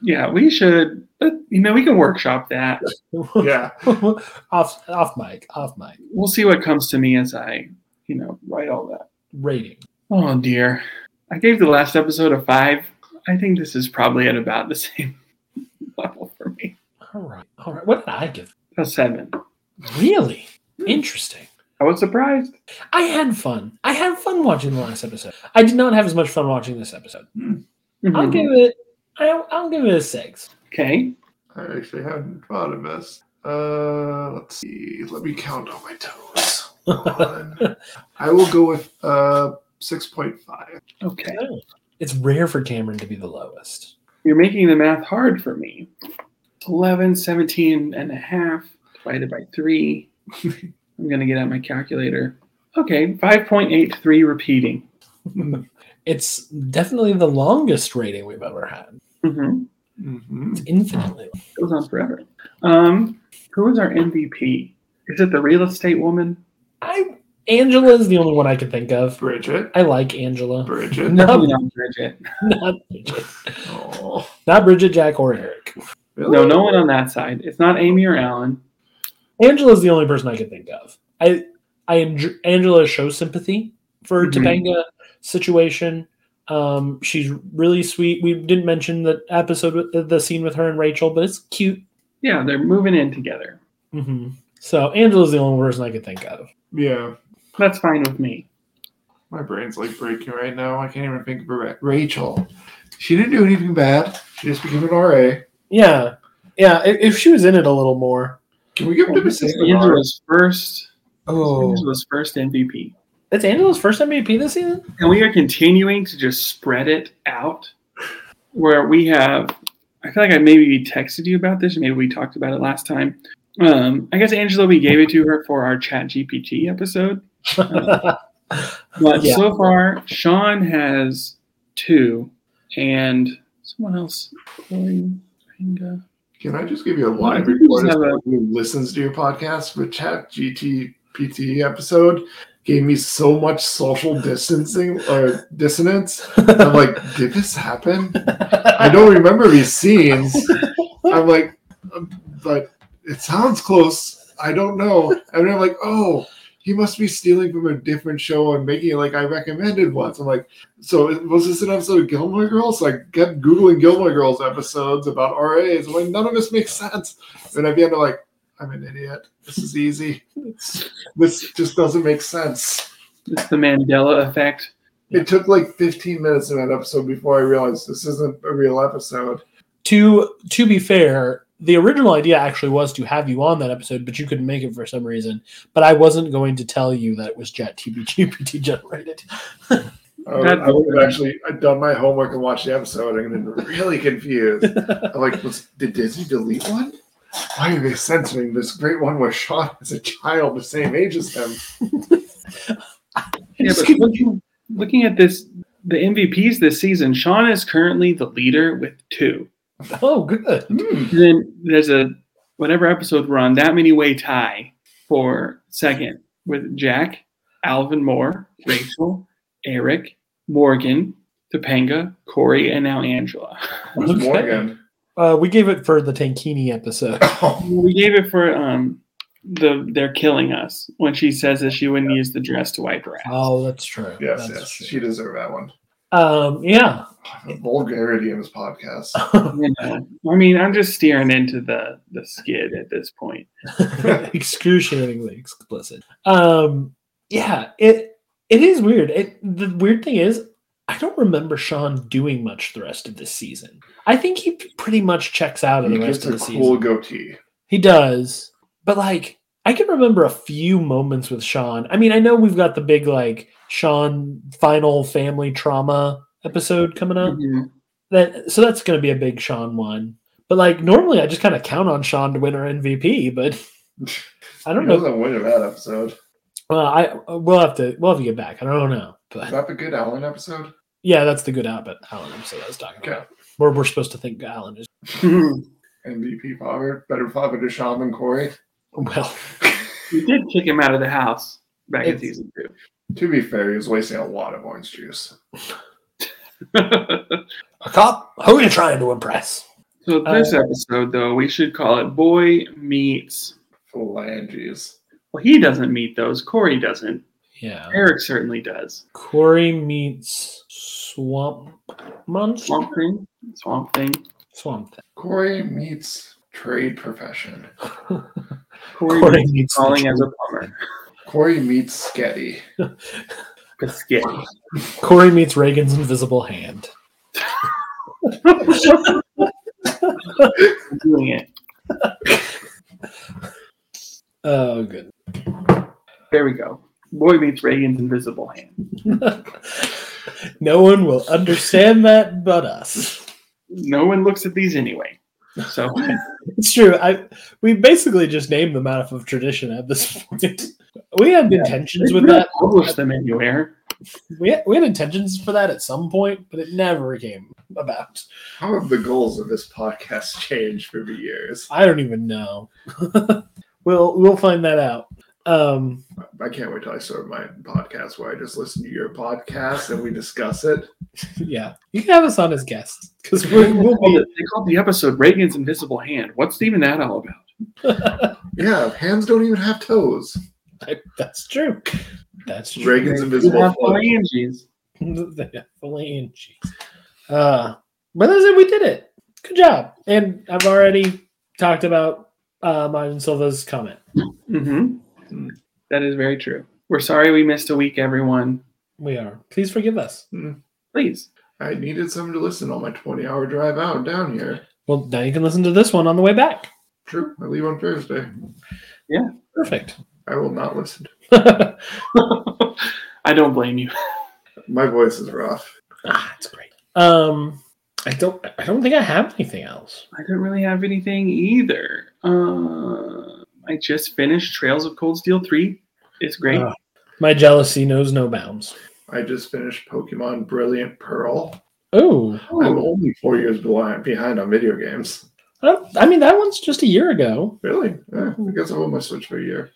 S2: Yeah, we should but you know, we can workshop that.
S3: Yeah.
S1: off, off mic, off mic.
S2: We'll see what comes to me as I, you know, write all that.
S1: Rating.
S2: Oh dear. I gave the last episode a five. I think this is probably at about the same level for me.
S1: All right, all right. What did I give?
S2: A seven.
S1: Really interesting.
S2: I was surprised.
S1: I had fun. I had fun watching the last episode. I did not have as much fun watching this episode. I'll
S2: Mhm.
S1: give it. I'll, I'll give it a six.
S2: Okay.
S3: I actually hadn't thought of this. Uh, let's see. Let me count on my toes. One. I will go with uh six point five.
S2: Okay.
S1: It's rare for Cameron to be the lowest.
S2: You're making the math hard for me. 11, 17 and a half divided by 3. I'm going to get out my calculator. Okay, 5.83 repeating.
S1: It's definitely the longest rating we've ever had.
S2: hmm
S3: Mm-hmm.
S1: It's infinitely. long.
S2: Goes on forever. Um, who is our MVP? Is it the real estate woman?
S1: I Angela is the only one I can think of.
S3: Bridget.
S1: I like Angela.
S3: Bridget.
S1: No,
S2: Definitely not Bridget.
S1: not Bridget.
S3: Oh.
S1: Not Bridget, Jack, or Eric.
S2: No, no one on that side. It's not Amy or Alan.
S1: Angela's the only person I can think of. I, I enj- Angela shows sympathy for
S2: Mhm.
S1: Topanga situation. Um, she's really sweet. We didn't mention the episode, with, the scene with her and Rachel, but it's cute.
S2: Yeah, they're moving in together.
S1: hmm So Angela's the only person I could think of.
S3: Yeah.
S2: That's fine with me.
S3: My brain's like breaking right now. I can't even think of her. Rachel. She didn't do anything bad. She just became an RA.
S1: Yeah, yeah. i- If, she was in it a little more,
S3: Can we give
S2: Well,
S3: them a
S2: this is
S3: six? an RA?
S2: Angela's first.
S1: oh,
S2: Angela's first MVP.
S1: that's Angela's first MVP this season.
S2: and we are continuing to just spread it out where we have I feel like I maybe texted you about this, or maybe we talked about it last time. Um, I guess Angela, we gave it to her for our Chat GPT episode. But
S1: Yeah.
S2: so far, Sean has two, and someone else, Corey, Ringa.
S3: Can I just give you a live
S2: You just
S3: report as
S2: have a-
S3: someone who listens to your podcast? But Chat GTPT episode gave me so much social distancing or dissonance. I'm like, did this happen? I don't remember these scenes. I'm like, um, but it sounds close. I don't know. And then I'm like, oh, he must be stealing from a different show and making it like I recommended once. I'm like, so it- was this an episode of Gilmore Girls? So I kept Googling Gilmore Girls episodes about RAs. I'm like, none of this makes sense. And at the end, I'm like, I'm an idiot. This is easy. This just doesn't make sense.
S2: It's the Mandela effect.
S3: It took like 15 minutes in that episode before I realized this isn't a real episode.
S1: to to be fair, the original idea actually was to have you on that episode, but you couldn't make it for some reason. But I wasn't going to tell you that it was Jet GPT generated.
S3: I would,
S2: That-
S3: Um, I would have actually I'd done my homework and watched the episode and been really confused. I'm like, was, did Disney delete one? Why are they censoring this great one where Sean is a child the same age as him?
S2: Yeah, but looking, looking at this, the MVPs this season, Sean is currently the leader with two.
S1: oh, good.
S2: And then there's a whatever episode we're on, that many way tie for second with Jack, Alvin Moore, Rachel, Eric, Morgan, Topanga, Corey, and now Angela.
S3: Who's
S1: Okay.
S3: Morgan?
S1: Uh, we gave it for the Tankini episode.
S3: Oh,
S2: We gave it for um the they're killing us when she says that she wouldn't use the dress to wipe her ass.
S1: Oh, that's true.
S3: yes,
S1: That's
S3: yes,
S1: true.
S3: she deserved that one.
S1: Um, yeah.
S3: The vulgarity in this podcast.
S2: You know? I mean, I'm just steering into the the skid at this point.
S1: excruciatingly explicit. Um, yeah, it it is weird. It the weird thing is, I don't remember Sean doing much the rest of this season. I think he pretty much checks out of
S3: He
S1: the rest
S3: gets
S1: of
S3: a
S1: the
S3: cool
S1: season.
S3: goatee.
S1: He does, but like I can remember a few moments with Sean. I mean, I know we've got the big like Sean final family trauma episode coming up. That so that's going to be a big Sean one. But like normally, I just kind of count on Sean to win our MVP, but I don't
S3: He
S1: know.
S3: wasn't winning that episode.
S1: Well, I we'll have to we'll have to get back. I don't know,
S3: Is
S1: but
S3: that the good Allen episode?
S1: yeah, that's the good Abbott Allen episode I was talking
S3: Okay.
S1: about. Where we're supposed to think Allen is
S2: Mhm.
S3: MVP father, better father to Sean than Corey.
S1: well.
S2: we did kick him out of the house back in
S1: It's-
S2: season two.
S3: To be fair, he was wasting a lot of orange juice.
S1: A cop? Who are you trying to impress?
S2: so this episode, though, we should call it "Boy Meets."
S3: Phalanges.
S2: Well, he doesn't meet those. Corey doesn't.
S1: Yeah.
S2: Eric certainly does.
S1: Corey meets Swamp Monster.
S2: Swamp Thing. Swamp Thing.
S1: Swamp
S3: Corey meets trade profession.
S1: Thing.
S2: Corey,
S1: Corey
S2: meets
S1: meets the
S2: calling as a
S1: truth.
S2: plumber.
S3: Corey meets Sketty.
S2: Biscuit.
S1: Corey meets Reagan's invisible hand.
S2: Doing it.
S1: Oh, good.
S2: There we go. Boy meets Reagan's invisible hand.
S1: no one will understand that but us.
S2: No one looks at these anyway. So
S1: It's true. I we basically just named them out of tradition at this point. We had intentions with
S2: We
S1: that.
S2: don't publish them anywhere.
S1: We had, we had intentions for that at some point, but it never came about.
S3: How have the goals of this podcast changed through the years?
S1: I don't even know. we'll we'll find that out. Um,
S3: I can't wait till I start my podcast where I just listen to your podcast and we discuss it.
S1: yeah, you can have us on as guests because we'll,
S2: They
S1: we'll
S2: called
S1: be.
S2: it- they called the episode "Reagan's Invisible Hand." What's even that all about?
S3: Yeah, hands don't even have toes.
S1: That's true. That's true.
S3: Reagan's
S2: You
S3: invisible
S2: have
S3: foot.
S2: phalanges.
S1: The phalanges. Uh, but that's it. We did it. Good job. And I've already talked about uh, Martin Silva's comment.
S2: Mm-hmm. That is very true. We're sorry we missed a week, everyone.
S1: We are. Please forgive us.
S2: Please.
S3: I needed someone to listen on my 20 hour drive out down here.
S1: Well, now you can listen to this one on the way back.
S3: True. I leave on Thursday.
S1: Perfect.
S3: I will not listen.
S1: ah,
S2: I don't blame you.
S3: My voice is rough.
S1: that's great. Um, I don't. I don't think I have anything else.
S2: I don't really have anything either. Uh, I just finished Trails of Cold Steel 3. It's great.
S1: Uh, My jealousy knows no bounds.
S3: I just finished Pokemon Brilliant Pearl.
S1: Oh,
S3: I'm only four years behind behind on video games.
S1: I mean that one's just a year ago.
S3: Really? Yeah, I guess I've owned my Switch for a year.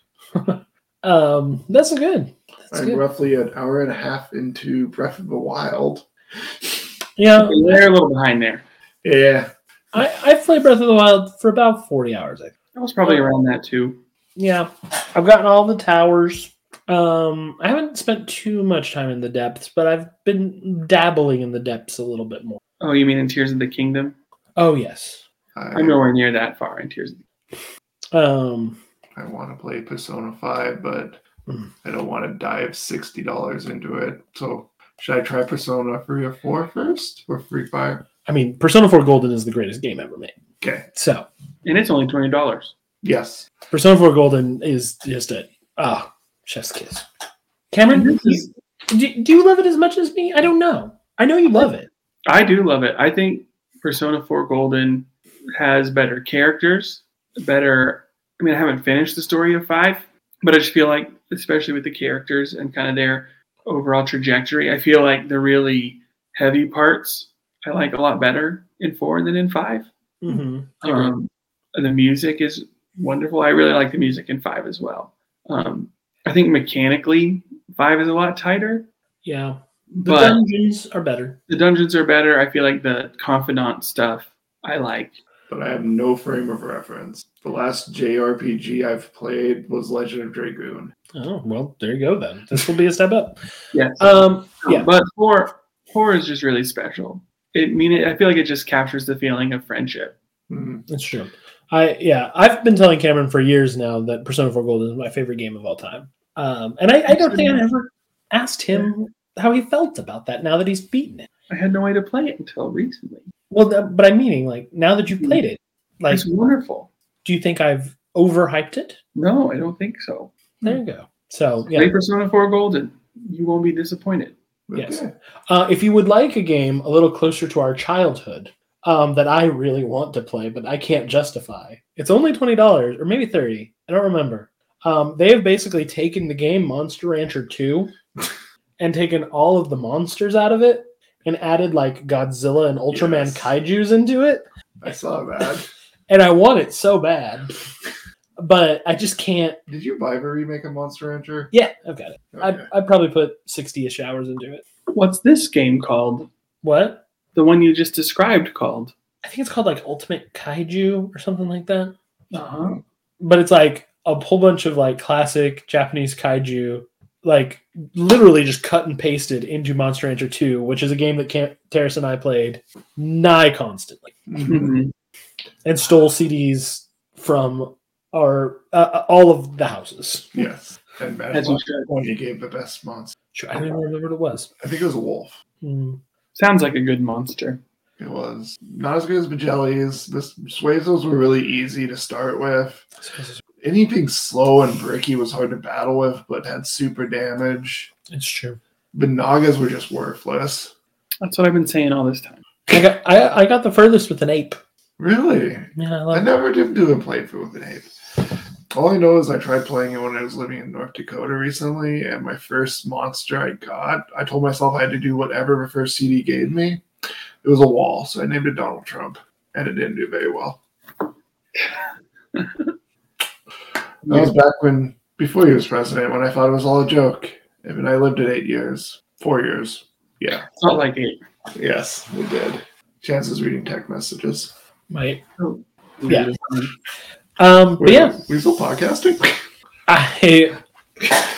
S1: Um, that's good. That's
S3: I'm
S1: good.
S3: roughly an hour and a half into Breath of the Wild.
S1: Yeah,
S2: They're a little behind there.
S3: Yeah.
S1: I I played Breath of the Wild for about forty hours. I think.
S2: I was probably around that too.
S1: Yeah, I've gotten all the towers. Um, I haven't spent too much time in the depths, but I've been dabbling in the depths a little bit more.
S2: Oh, you mean in Tears of the Kingdom?
S1: Oh yes.
S3: I,
S2: I'm nowhere near that far in Tears of the
S1: Um,
S3: I want to play Persona 5, but
S1: Mm.
S3: I don't want to dive $60 into it. So should I try Persona 3 or 4 first? Or Free Fire?
S1: I mean, Persona Four Golden is the greatest game ever made.
S3: Okay.
S1: So
S2: And it's only twenty dollars.
S3: Yes.
S1: Persona 4 Golden is just a ah chef's kiss. Cameron,
S2: This
S1: you-
S2: is-
S1: do, do you love it as much as me? I don't know. I know you love it.
S2: I do love it. I think Persona 4 Golden has better characters, better. I mean, I haven't finished the story of 5, but I just feel like, especially with the characters and kind of their overall trajectory, I feel like the really heavy parts I like a lot better in 4 than in 5.
S1: Mm-hmm.
S2: Um, the music is wonderful. I really like the music in 5 as well. Um, I think mechanically, 5 is a lot tighter,
S1: Yeah, the
S2: but.
S1: dungeons are better.
S2: the dungeons are better. I feel like the confidant stuff I like.
S3: But I have no frame of reference. The last JRPG I've played was Legend of Dragoon.
S1: Oh well, there you go then. This will be a step up.
S2: Yes.
S1: Um, yeah.
S2: But horror, horror is just really special. It mean it, I feel like it just captures the feeling of friendship.
S3: Mhm.
S1: That's true. I yeah, I've been telling Cameron for years now that Persona 4 Golden is my favorite game of all time. Um, and I, I don't think I ever asked him how he felt about that. Now that he's beaten it,
S2: I had no way to play it until recently.
S1: well, that, but I'm meaning like now that you've played it, like
S2: it's wonderful.
S1: do you think I've overhyped it?
S2: No, I don't think so.
S1: There you go. So yeah,
S2: Play Persona 4 Golden. You won't be disappointed.
S1: Yes.
S3: Okay.
S1: uh, if you would like a game a little closer to our childhood um, that I really want to play but I can't justify, it's only twenty dollars or maybe thirty. I don't remember. Um, they have basically taken the game Monster Rancher Two and taken all of the monsters out of it and added like Godzilla and Ultraman
S3: Yes.
S1: kaiju's into it.
S3: I saw that.
S1: And I want it so bad, but I just can't.
S3: Did you buy a remake of Monster Rancher?
S1: Yeah, I've got it.
S3: Okay.
S1: I I probably put sixty-ish hours into it.
S2: What's this game called?
S1: What?
S2: The one you just described called?
S1: I think it's called like Ultimate Kaiju or something like that.
S2: Uh-huh.
S1: But it's like a whole bunch of like classic Japanese kaiju, like literally just cut and pasted into Monster Rancher 2, which is a game that Cam- Terrace and I played nigh constantly
S3: Mhm.
S2: Mm-hmm.
S1: and stole CDs from our uh, all of the houses.
S3: yes. And Mad
S2: As you should.
S3: when you gave the best monster.
S1: Sure, I don't even remember what it was.
S3: I think it was a wolf.
S1: Hmm.
S2: Sounds like a good monster.
S3: It was not as good as Magelli's. The Suezos were really easy to start with. Anything slow and bricky was hard to battle with, but had super damage.
S1: It's true.
S3: The Nagas were just worthless.
S2: That's what I've been saying all this time.
S1: I got I, I got the furthest with an ape.
S3: Really?
S1: Yeah, I
S3: I
S1: love
S3: never did do a playthrough with an ape. All I know is I tried playing it when I was living in North Dakota recently, and my first monster I got, I told myself I had to do whatever the first CD gave me. It was a wall, so I named it Donald Trump, and it didn't do very well. That
S1: Oh.
S3: was back when, before he was president, when I thought it was all a joke. I mean, I lived it eight years, four years. Yeah.
S2: It's not like it.
S3: Yes, we did. Chances reading text messages.
S1: my
S2: Yeah.
S1: um but
S3: Wait,
S1: yeah.
S3: We still podcasting?
S1: I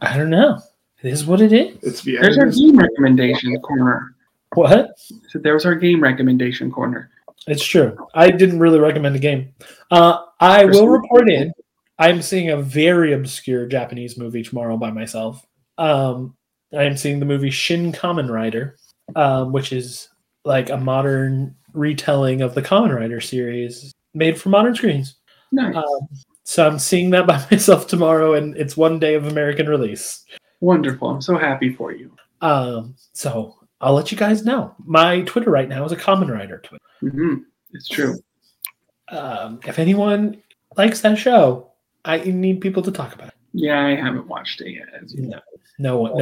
S1: I don't know. It is what it is.
S3: It's the
S2: There's our
S3: end.
S2: game recommendation corner.
S1: What?
S2: So there was our game recommendation corner.
S1: It's true. I didn't really recommend the game. Uh, I will
S2: Personally.
S1: report in. I'm seeing a very obscure Japanese movie tomorrow by myself. Um, I am seeing the movie Shin Kamen Rider, um, which is like a modern retelling of the Kamen Rider series made for modern screens.
S2: Nice.
S1: Um, so I'm seeing that by myself tomorrow, and it's one day of American release.
S2: Wonderful. I'm so happy for you.
S1: Um, so I'll let you guys know. My Twitter right now is a common writer Twitter.
S2: Mm-hmm. It's true.
S1: Um, if anyone likes that show, I need people to talk about it.
S2: Yeah, I haven't watched it yet. as you know.
S1: No, no one,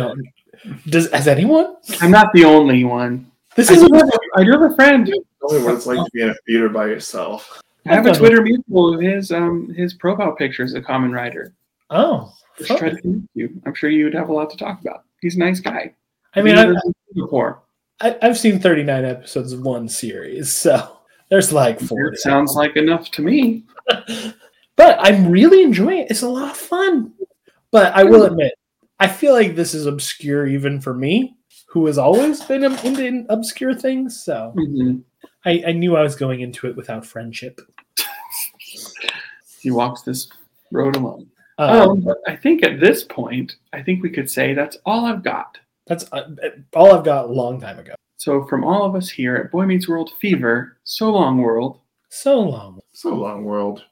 S1: no. Does has anyone?
S2: I'm not the only one.
S1: This
S2: I
S1: is
S2: do, have a, I do have a friend.
S3: Tell me what it's like to be in a theater by yourself.
S2: I have a Twitter mutual of his. Um, his profile picture is a common writer.
S1: oh,
S2: Just try to connect you. I'm sure you'd have a lot to talk about. He's a nice guy.
S1: I mean,
S2: I've
S1: I,
S2: never seen him before.
S1: I, I've seen 39 episodes of one series, so there's like 40.
S2: It sounds like enough to me.
S1: But I'm really enjoying it. It's a lot of fun. But I will admit, I feel like this is obscure even for me, who has always been um, into obscure things. So
S2: Mhm.
S1: I, I knew I was going into it without friendship.
S2: He walks this road alone.
S1: Um,
S2: Um, but I think at this point, I think we could say that's all I've got.
S1: That's uh, all I've got a long time ago.
S2: So from all of us here at Boy Meets World Fever, so long, world.
S1: So long.
S3: So long, world.